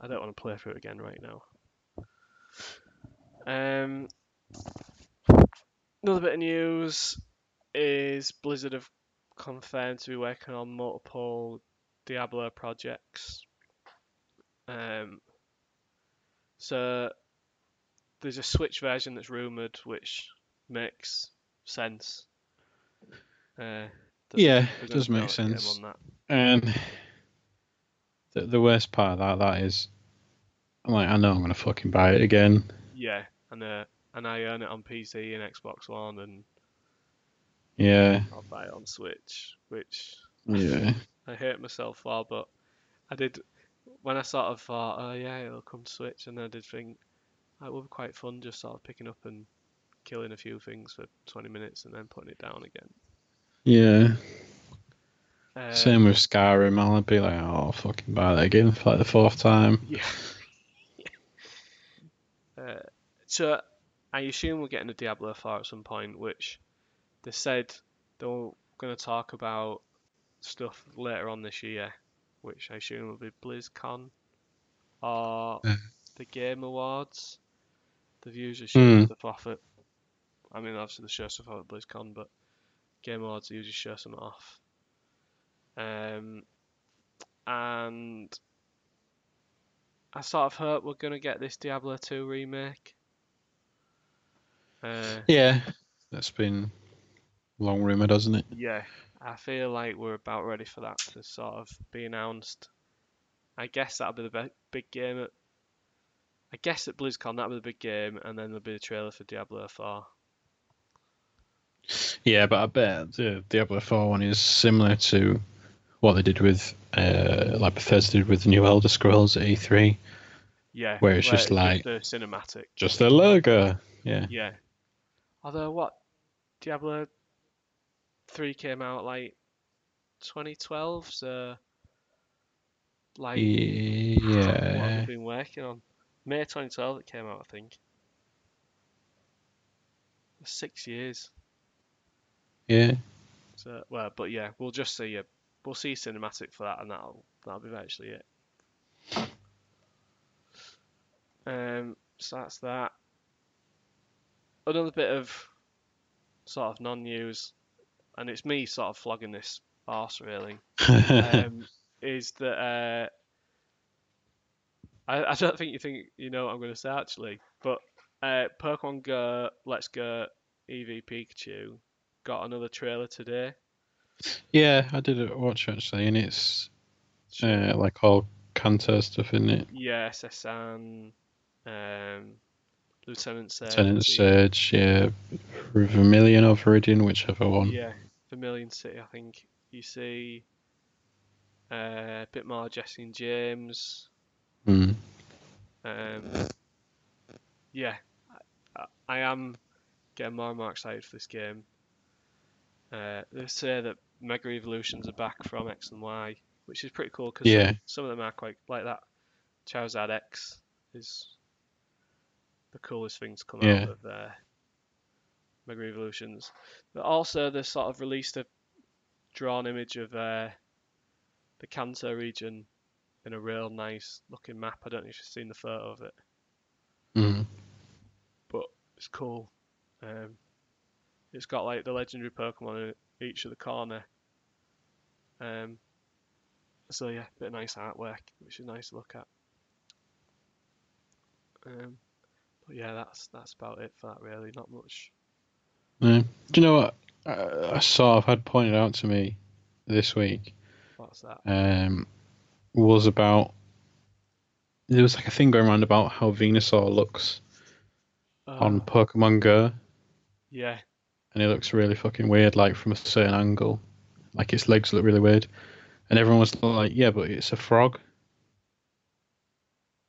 I don't want to play through it again right now. Um, another bit of news is Blizzard have confirmed to be working on multiple Diablo projects. Um, so there's a Switch version that's rumored, which makes sense. Uh, that
Yeah,
they're
it
gonna
does make
develop a game
sense.
on that.
And Um, the, the worst part of that that is, like, I know I'm gonna fucking buy it again.
Yeah, and uh, and I own it on PC and Xbox One, and
Yeah,
I'll buy it on Switch, which
yeah,
I hate myself for. But I did when I sort of thought, oh yeah, it'll come to Switch, and I did think that would be quite fun, just sort of picking up and killing a few things for 20 minutes and then putting it down again.
yeah.
Uh,
Same with Skyrim. I'll be like, oh, I'll fucking buy that again for like the fourth time.
Yeah. uh, so I assume we're getting a Diablo 4 at some point, which they said they were going to talk about stuff later on this year, which I assume will be BlizzCon or
Yeah.
the Game Awards. They've usually shown
Hmm.
stuff off at. I mean, obviously they show stuff off at BlizzCon, but Game Awards they usually show something off. Um, and I sort of hope we're gonna get this Diablo 2 remake. Uh,
Yeah, that's been long rumored, hasn't it?
yeah, I feel like we're about ready for that to sort of be announced. I guess that'll be the be- big game. At, I guess at BlizzCon that'll be the big game, and then there'll be the trailer for Diablo 4.
Yeah, but I bet the Diablo 4 one is similar to what they did with, uh, like Bethesda did with the new Elder Scrolls E at E3.
Yeah,
Where it's just like-
the cinematic.
Just their logo. Yeah.
Yeah. Although what Diablo 3 came out like 2012, so like what
Yeah.
have we been working on? May 2012 it came out, I think. Six years.
Yeah.
So well, but yeah, we'll just see a we'll see cinematic for that, and that'll that'll be virtually it. Um, so that's that. Another bit of sort of non-news, and it's me sort of flogging this arse really. um, is that uh, I, I don't think you think you know what I'm going to say actually, but uh, Pokemon Go Let's Go EV Pikachu got another trailer today.
Yeah, I did a watch actually, and it's uh, like all Kanto stuff in it.
Yeah, SSN, um, Lieutenant Surge.
Tenant Surge, Uh, yeah, Vermilion or Viridian, whichever one. Yeah.
Yeah, Vermilion City, I think. You
Hmm,
see uh, a bit more Jesse and James. Um, yeah, I, I am getting more and more excited for this game. Uh, they say that Mega Evolutions are back from X and Y, which is pretty cool because
Yeah.
some of them are quite like that. Charizard X is the coolest thing to come
Yeah.
out of uh, Mega Evolutions. But also, they sort of released a drawn image of uh, the Kanto region in a real nice looking map. I don't know if you've seen the photo of it.
Mm.
but it's cool. Um, it's got like the legendary Pokemon in each of the corner. Um, so yeah, bit of nice artwork, which is nice to look at. Um, but yeah, that's that's about it for that really. Not much.
Yeah. Do you know what Uh, I, I sort of had pointed out to me this week
What's that?
um, was about there was like a thing going around about how Venusaur looks on
Oh,
Pokemon Go,
yeah,
and it looks really fucking weird, like from a certain angle, like its legs look really weird, and everyone was like, "Yeah, but it's a frog."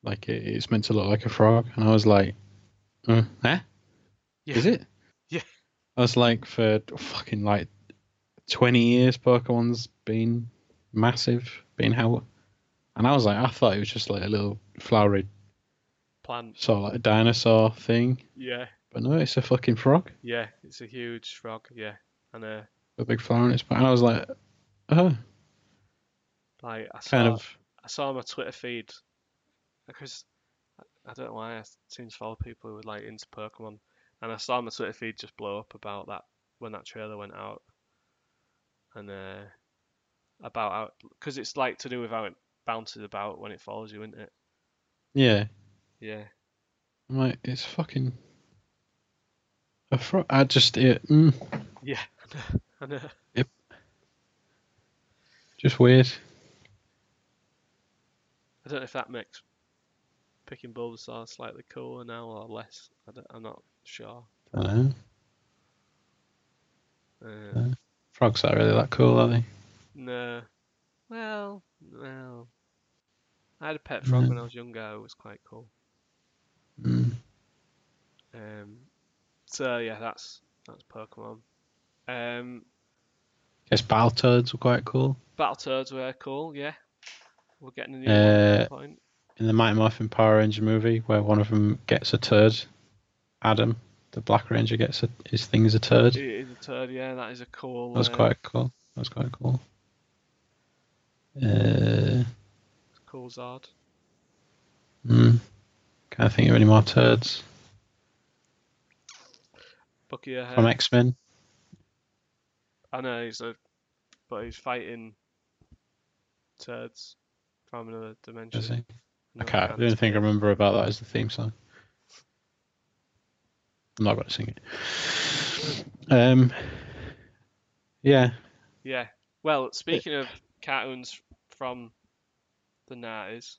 Like it, it's meant to look like a frog, and I was like, uh, "Eh,
yeah.
is it?"
Yeah.
I was like, for fucking like twenty years, Pokemon's been massive, been how, and I was like, I thought it was just like a little flowery
Plant.
sort of like a dinosaur thing,
Yeah,
but no, it's a fucking frog.
yeah. It's a huge frog. Yeah, and uh,
a big flower on its back. And I was like, oh,
like I
kind
saw-
of.
I saw on my Twitter feed because I I don't know why I seem to follow people who were like into Pokemon, and I saw my Twitter feed just blow up about that when that trailer went out, and uh, about how because it's like to do with how it bounces about when it follows you, isn't it?
Yeah.
Yeah,
I'm like, it's fucking. A frog. I just. It, mm,
yeah, I know.
just weird.
I don't know if that makes picking Bulbasaur slightly cooler now or less. I don't, I'm not sure.
I don't know.
Uh,
Yeah. Frogs aren't really that cool, are they?
No. Well, well. I had a pet frog
No.
when I was younger. It was quite cool.
Mm.
Um, so yeah, that's that's Pokemon. Um,
Guess Baltoads were quite cool.
Battletoads were cool. Yeah, we're getting a new
Uh,
point.
in the Mighty Morphin Power Ranger movie, where one of them gets a turd, Adam, the Black Ranger, gets a, his thing is a turd.
It is a turd. Yeah, that is a cool.
That was
uh,
quite cool. That was quite cool. Uh,
cool Zard.
mm, can't think of any more turds.
Bucky ahead.
From X Men.
I know he's a, but he's fighting turds from another dimension.
Does he? I
another
can't. The only
fantasy.
thing I remember about that is the theme song. I'm not going to sing it. Um. Yeah.
Yeah. Well, speaking of cartoons from the nineties,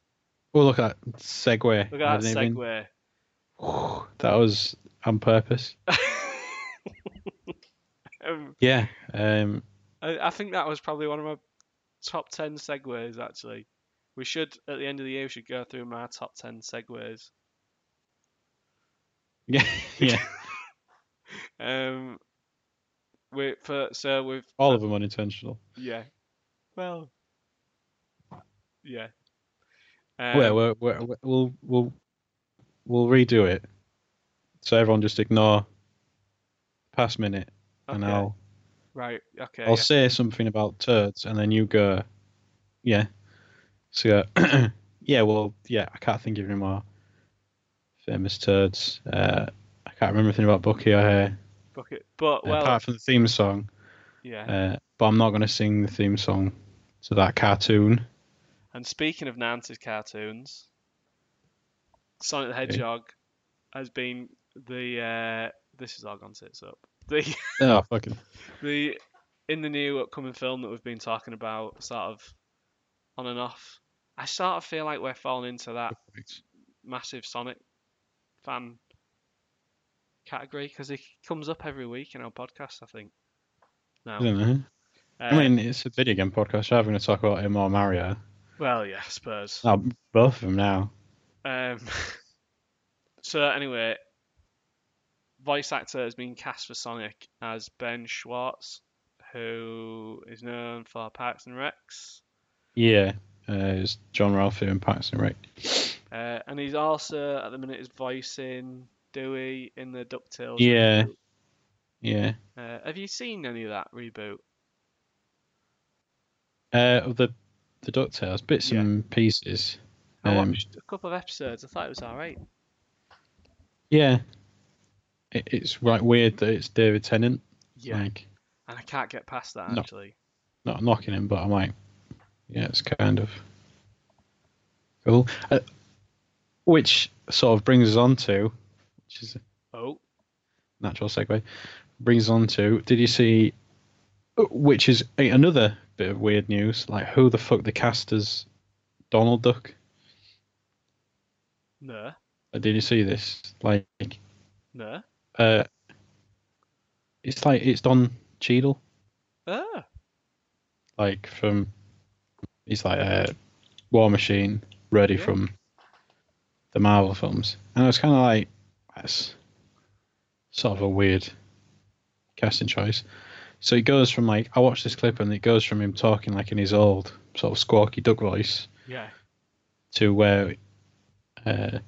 Oh, look at that segue.
look at
I
that
didn't even-
segue.
That was on purpose.
um,
Yeah. Um.
I, I think that was probably one of my top ten segues. Actually, we should at the end of the year we should go through my top ten segues.
Yeah. Yeah.
Um, we for so we've uh,
All of them unintentional.
yeah, well, yeah. Um,
Well, we're, we're, we're, we'll we'll we'll redo it. So everyone just ignore past minute, and
Um, okay,
I'll
right. Okay.
I'll
yeah.
say something about turds, and then you go, yeah. So, you go, yeah, well, yeah, I can't think of any more famous turds. Uh, I can't remember anything about Bucky or her,
Book it. But well,
apart from the theme song.
yeah.
Uh, but I'm not going to sing the theme song to that cartoon.
And speaking of Nance's cartoons, Sonic the Hedgehog has been the uh, this is all gone tits up. The
Oh, fucking.
the in the new upcoming film that we've been talking about, sort of on and off. I sort of feel like we're falling into that massive Sonic fan category because he comes up every week in our podcast. I think. Now,
I don't know.
uh,
I mean, it's a video game podcast. so I'm going to talk about him or Mario.
well, yeah, Spurs.
Oh, both of them now.
Um, so anyway, voice actor has been cast for Sonic as Ben Schwartz, who is known for Parks and Recs,
Yeah, uh, it's John Ralphie and Paxton Rick.
uh, and he's also at the minute is voicing Dewey in the Ducktales.
Yeah, yeah.
Uh, have you seen any of that reboot?
Uh, of the the Ducktales bits
Yeah.
and pieces.
I
Um,
watched a couple of episodes. I thought it was all right.
Yeah, it, it's like weird that it's David Tennant. Like,
and I can't get past that
No.
actually.
not knocking him, but I'm like, yeah, it's kind of cool. Uh, which sort of brings us on to, which is a
Oh,
natural segue, brings us on to, did you see, which is a- another bit of weird news, like who the fuck the cast as Donald Duck?
no,
Uh, Did you see this? Like,
no.
uh, it's like, it's Don Cheadle,
Ah,
like from, he's like a War Machine, ready
Yeah.
from the Marvel films. And I was kind of like, that's sort of a weird casting choice. So it goes from like, I watched this clip and it goes from him talking like in his old sort of squawky duck voice
yeah.
to where uh,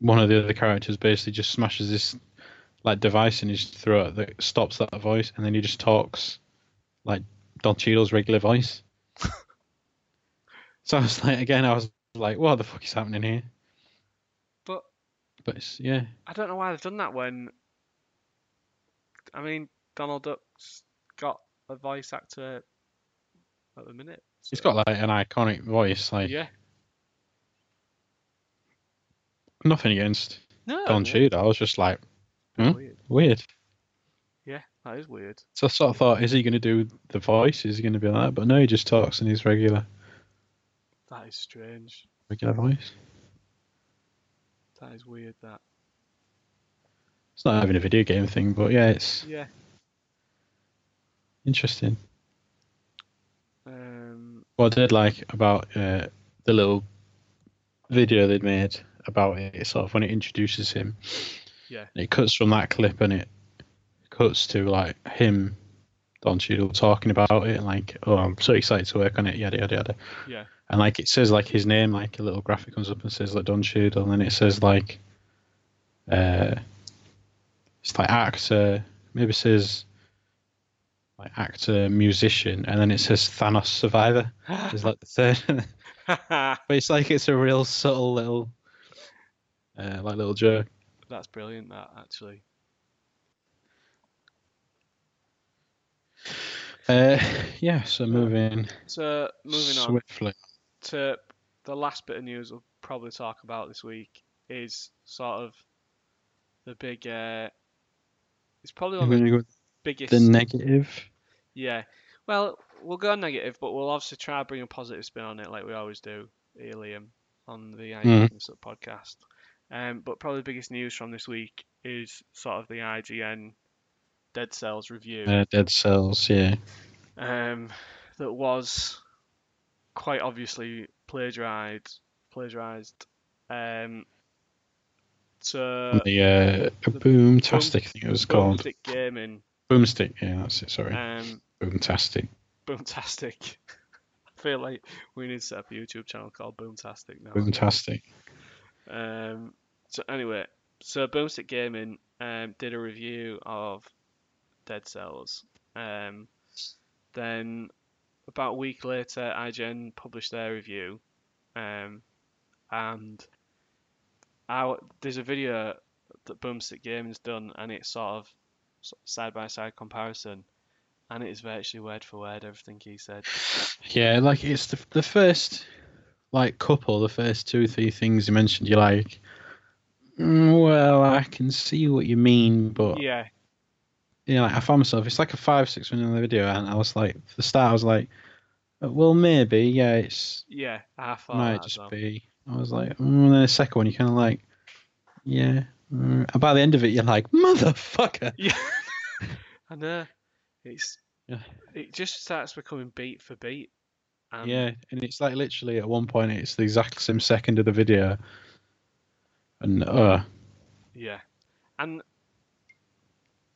one of the other characters basically just smashes this like device in his throat that stops that voice, and then he just talks like Don Cheadle's regular voice. so I was like, again, I was like, what the fuck is happening here?
But-
but it's, yeah,
I don't know why they've done that when. I mean, Donald Duck's got a voice actor at the minute.
he has
so-
got like an iconic voice, like
Yeah.
nothing against
No.
Don
Oh, yeah,
Cheadle. I was just like, Hmm?
Weird.
weird.
Yeah, that is weird.
So I sort of thought, is he going to do the voice? Is he going to be like that? But no, he just talks in his regular
That is strange.
regular voice.
That is weird. That.
It's not having a video game thing, but yeah, it's
Yeah.
interesting.
Um.
What I did like about uh, the little video they'd made about it, it's sort of when it introduces him.
Yeah.
And it cuts from that clip and it cuts to like him, Don Cheadle, talking about it, and like, oh, I'm so excited to work on it, yada, yada, yada.
Yeah.
And like, it says like his name, like a little graphic comes up and says like Don Cheadle, and then it says like, uh, it's like actor, maybe it says like actor, musician, and then it says Thanos survivor is like the third. but it's like it's a real subtle little, uh, like little joke.
That's brilliant. That actually.
Uh, yeah. So moving,
So moving on.
swiftly.
to the last bit of news we'll probably talk about this week is sort of the big. Uh, it's probably one of
We're
the
gonna go with
biggest.
the negative.
yeah. Well, we'll go negative, but we'll obviously try and bring a positive spin on it, like we always do, here, Liam, on the
Mm-hmm.
IGN sort of podcast. Um, but probably the biggest news from this week is sort of the IGN Dead Cells review
Uh, dead cells. Yeah.
um, that was quite obviously plagiarized. Plagiarized. Um, so
the uh,
the
boom tastic. I think it was called
Boomstick Gaming.
boomstick. Yeah, that's it. Sorry,
Um,
boomtastic.
Boomtastic. I feel like we need to set up a YouTube channel called Boomtastic now.
Boomtastic.
Um, so anyway, so Boomstick Gaming um, did a review of Dead Cells. Um, then about a week later, IGN published their review, um, and our, there's a video that Boomstick Gaming's done, and it's sort of side by side comparison, and it is virtually word for word everything he said.
Yeah, like it's the the first like couple, the first two three things you mentioned. You're like, "Mm, well, I can see what you mean, but
Yeah,
you know, like I found myself. It's like a five, six minute video, and I was like, for the start, I was like, uh, well, maybe, yeah, it's
yeah, I thought
might
that as
just
well.
be. I was like, mm, and then the second one, you kind of like, yeah. mm. And by the end of it, you're like, motherfucker.
Yeah, I know. It's
Yeah.
it just starts becoming beat for beat. And
yeah, and it's like literally at one point, it's the exact same second of the video, and uh,
Yeah, and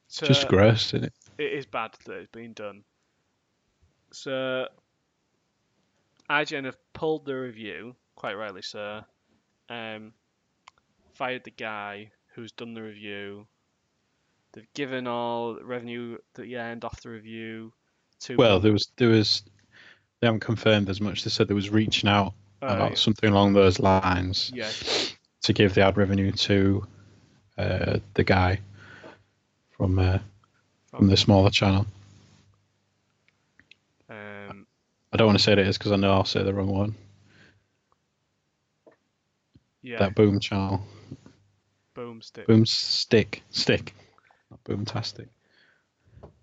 it's just
to-
gross, isn't it?
it is bad that it's been done. So IGN have pulled the review, quite rightly so. Um, fired the guy who's done the review. They've given all the revenue that you earned off the review to
Well, there was there was they haven't confirmed as much. They said there was reaching out
Oh,
about something along those lines
yeah.
to give the ad revenue to uh, the guy from uh, from the smaller channel.
Um,
I don't want to say it is because I know I'll say the wrong one.
yeah,
That boom channel,
boomstick.
boom stick, stick, not boomtastic.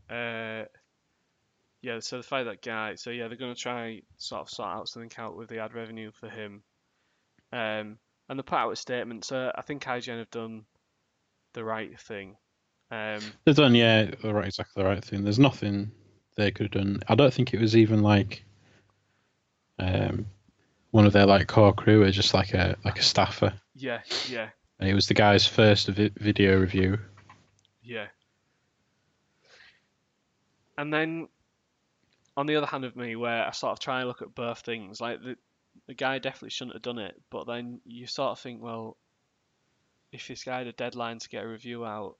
Uh, yeah, so they fired that guy. So yeah, they're gonna try sort of sort out something out with the ad revenue for him. Um, and they put out a statement. So I think IGN have done the right thing. Um,
They've done, yeah, the right, exactly the right thing. There's nothing they could have done. I don't think it was even like um, one of their like core crew or just like a like a staffer.
yeah, yeah,
And it was the guy's first vi- video review.
yeah. And then, on the other hand of me, where I sort of try and look at both things, like the the guy definitely shouldn't have done it, but then you sort of think, well, if this guy had a deadline to get a review out,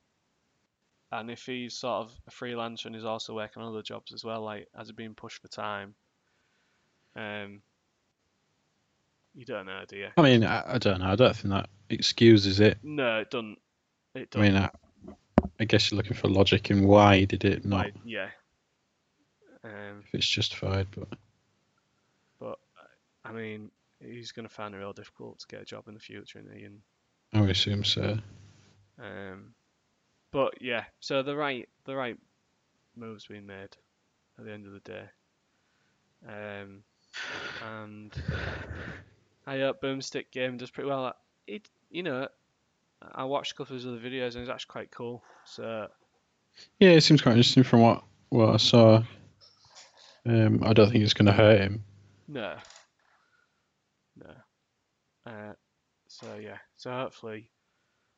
and if he's sort of a freelancer and he's also working on other jobs as well, like has he been pushed for time? Um, you don't know, do you?
I mean, I, I don't know. I don't think that excuses it.
No, it doesn't. It
I
doesn't.
mean, I, I guess you're looking for logic in why he did it, not
like, yeah. Um,
if it's justified. But
I mean, he's going to find it real difficult to get a job in the future, isn't he? And
I would assume so.
Um, but yeah, so the right the right moves being made at the end of the day. Um, and I hope Boomstick Game does pretty well. It you know, I watched a couple of his other videos and it's actually quite cool. So
Yeah, it seems quite interesting from what what I saw. Um, I don't think it's going to hurt him.
no, no. Uh, so yeah, so hopefully,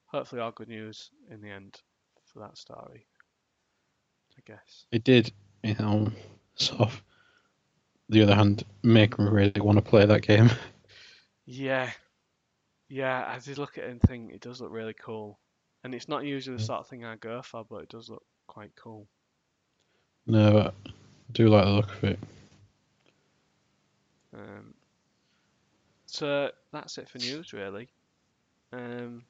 hopefully all good news in the end for that story. I guess.
It did, you know, sort of. The other hand, make me really want to play that game.
Yeah, yeah. I did look at it and think it does look really cool, and it's not usually the
Mm.
sort of thing I go for, but it does look quite cool.
no, but I do like the look of it.
Um, so that's it for news, really. Um,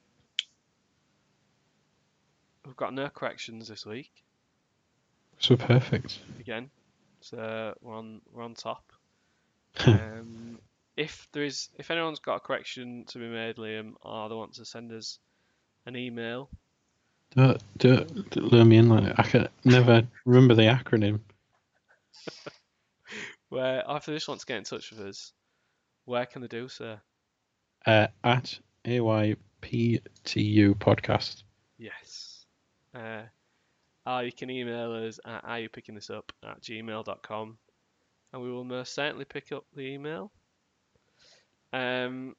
we've got no corrections this week
So perfect.
again, so we're on we're on top. um, if there is, if anyone's got a correction to be made, Liam, or they want to send us an email,
Don't, don't, don't lure me in like that. I can never remember the acronym.
Where after this wants to get in touch with us, where can they do so?
Uh, at AYPTU podcast.
Yes. Uh, or you can email us at are you picking this up at gmail.com and we will most certainly pick up the email. Um,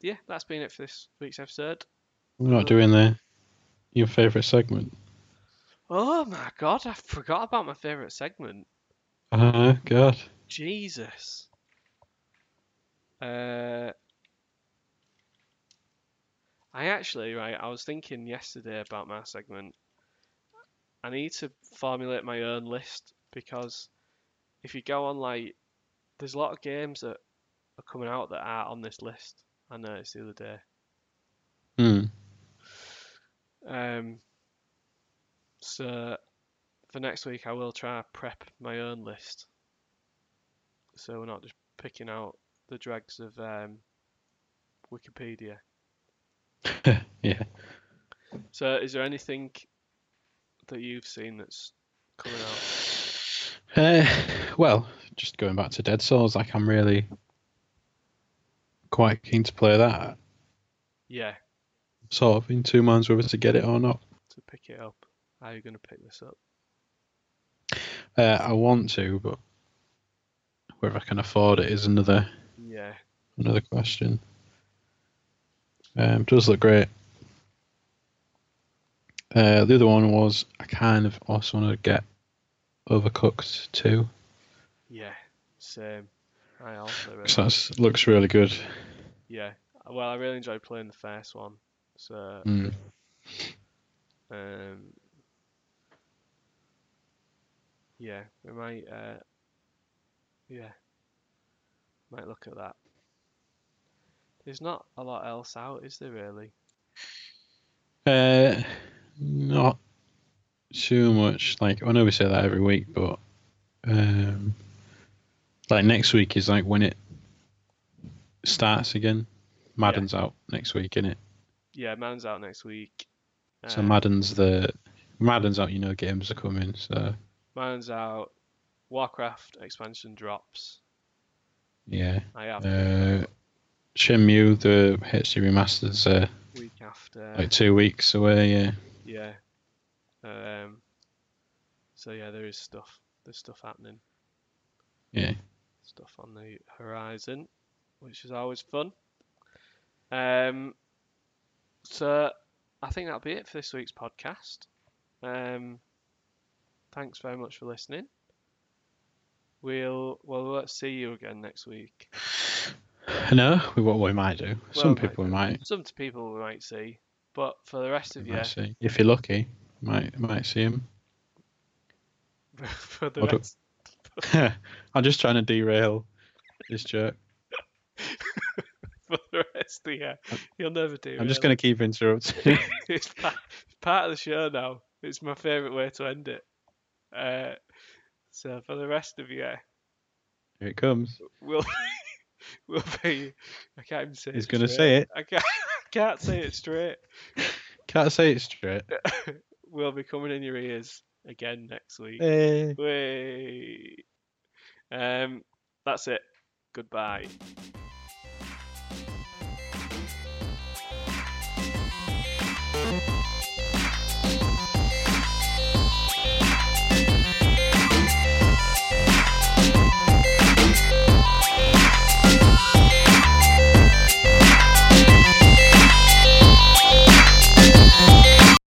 yeah, that's been it for this week's episode.
We're not doing the your favourite segment.
Oh my god, I forgot about my favourite segment.
Oh, God.
Jesus. Uh, I actually, right, I was thinking yesterday about my segment. I need to formulate my own list because if you go on, like, there's a lot of games that are coming out that are on this list. I noticed the other day.
Hmm.
Um, so for next week, I will try prep my own list, so we're not just picking out the dregs of um, Wikipedia.
Yeah.
So, is there anything that you've seen that's coming out?
Uh, well, just going back to Dead Souls, like I'm really quite keen to play that.
Yeah,
Sort of in two minds whether to get it or not.
to pick it up. How are you going to pick this up?
Uh, I want to, but whether I can afford it is another
Yeah,
another question. Um, does look great. Uh, the other one was I kind of also want to get Overcooked too,
Yeah, same. I also really.
because that looks really good.
Yeah. Well, I really enjoyed playing the first one. So,
Mm.
um, yeah, we might, uh, yeah, might look at that. There's not a lot else out, is there really?
Uh, not too much. Like I know we say that every week, but um, like next week is like when it starts again. Madden's out next week, innit?
Yeah, Man's out next week.
So
Uh,
Madden's the Madden's out. You know, games are coming. So
Man's out. Warcraft expansion drops.
yeah,
I have
uh, Shenmue the HD remasters uh,
week after.
like two weeks away. Yeah,
Yeah. Um, so yeah, there is stuff. There's stuff happening.
Yeah.
Stuff on the horizon, which is always fun. Um, so I think that'll be it for this week's podcast. Um, thanks very much for listening. We'll well let's see you again next week.
no, we what we might do.
Well,
Some
might
people
do.
might,
Some people we might see, but for the rest of you,
might see. If you're lucky, might might see him.
for the
Or do-
rest.
I'm just trying to derail this joke.
for the rest of the year. You'll never do
I'm just
really.
going to keep interrupting.
It's part, it's part of the show now. It's my favourite way to end it. Uh, so for the rest of you,
Here it comes.
we'll we'll be. I can't even say.
He's
it
going to
straight.
say it.
I can't, I can't say it straight.
Can't say it straight.
We'll be coming in your ears again next week.
Hey.
Wait. Um, that's it. Goodbye.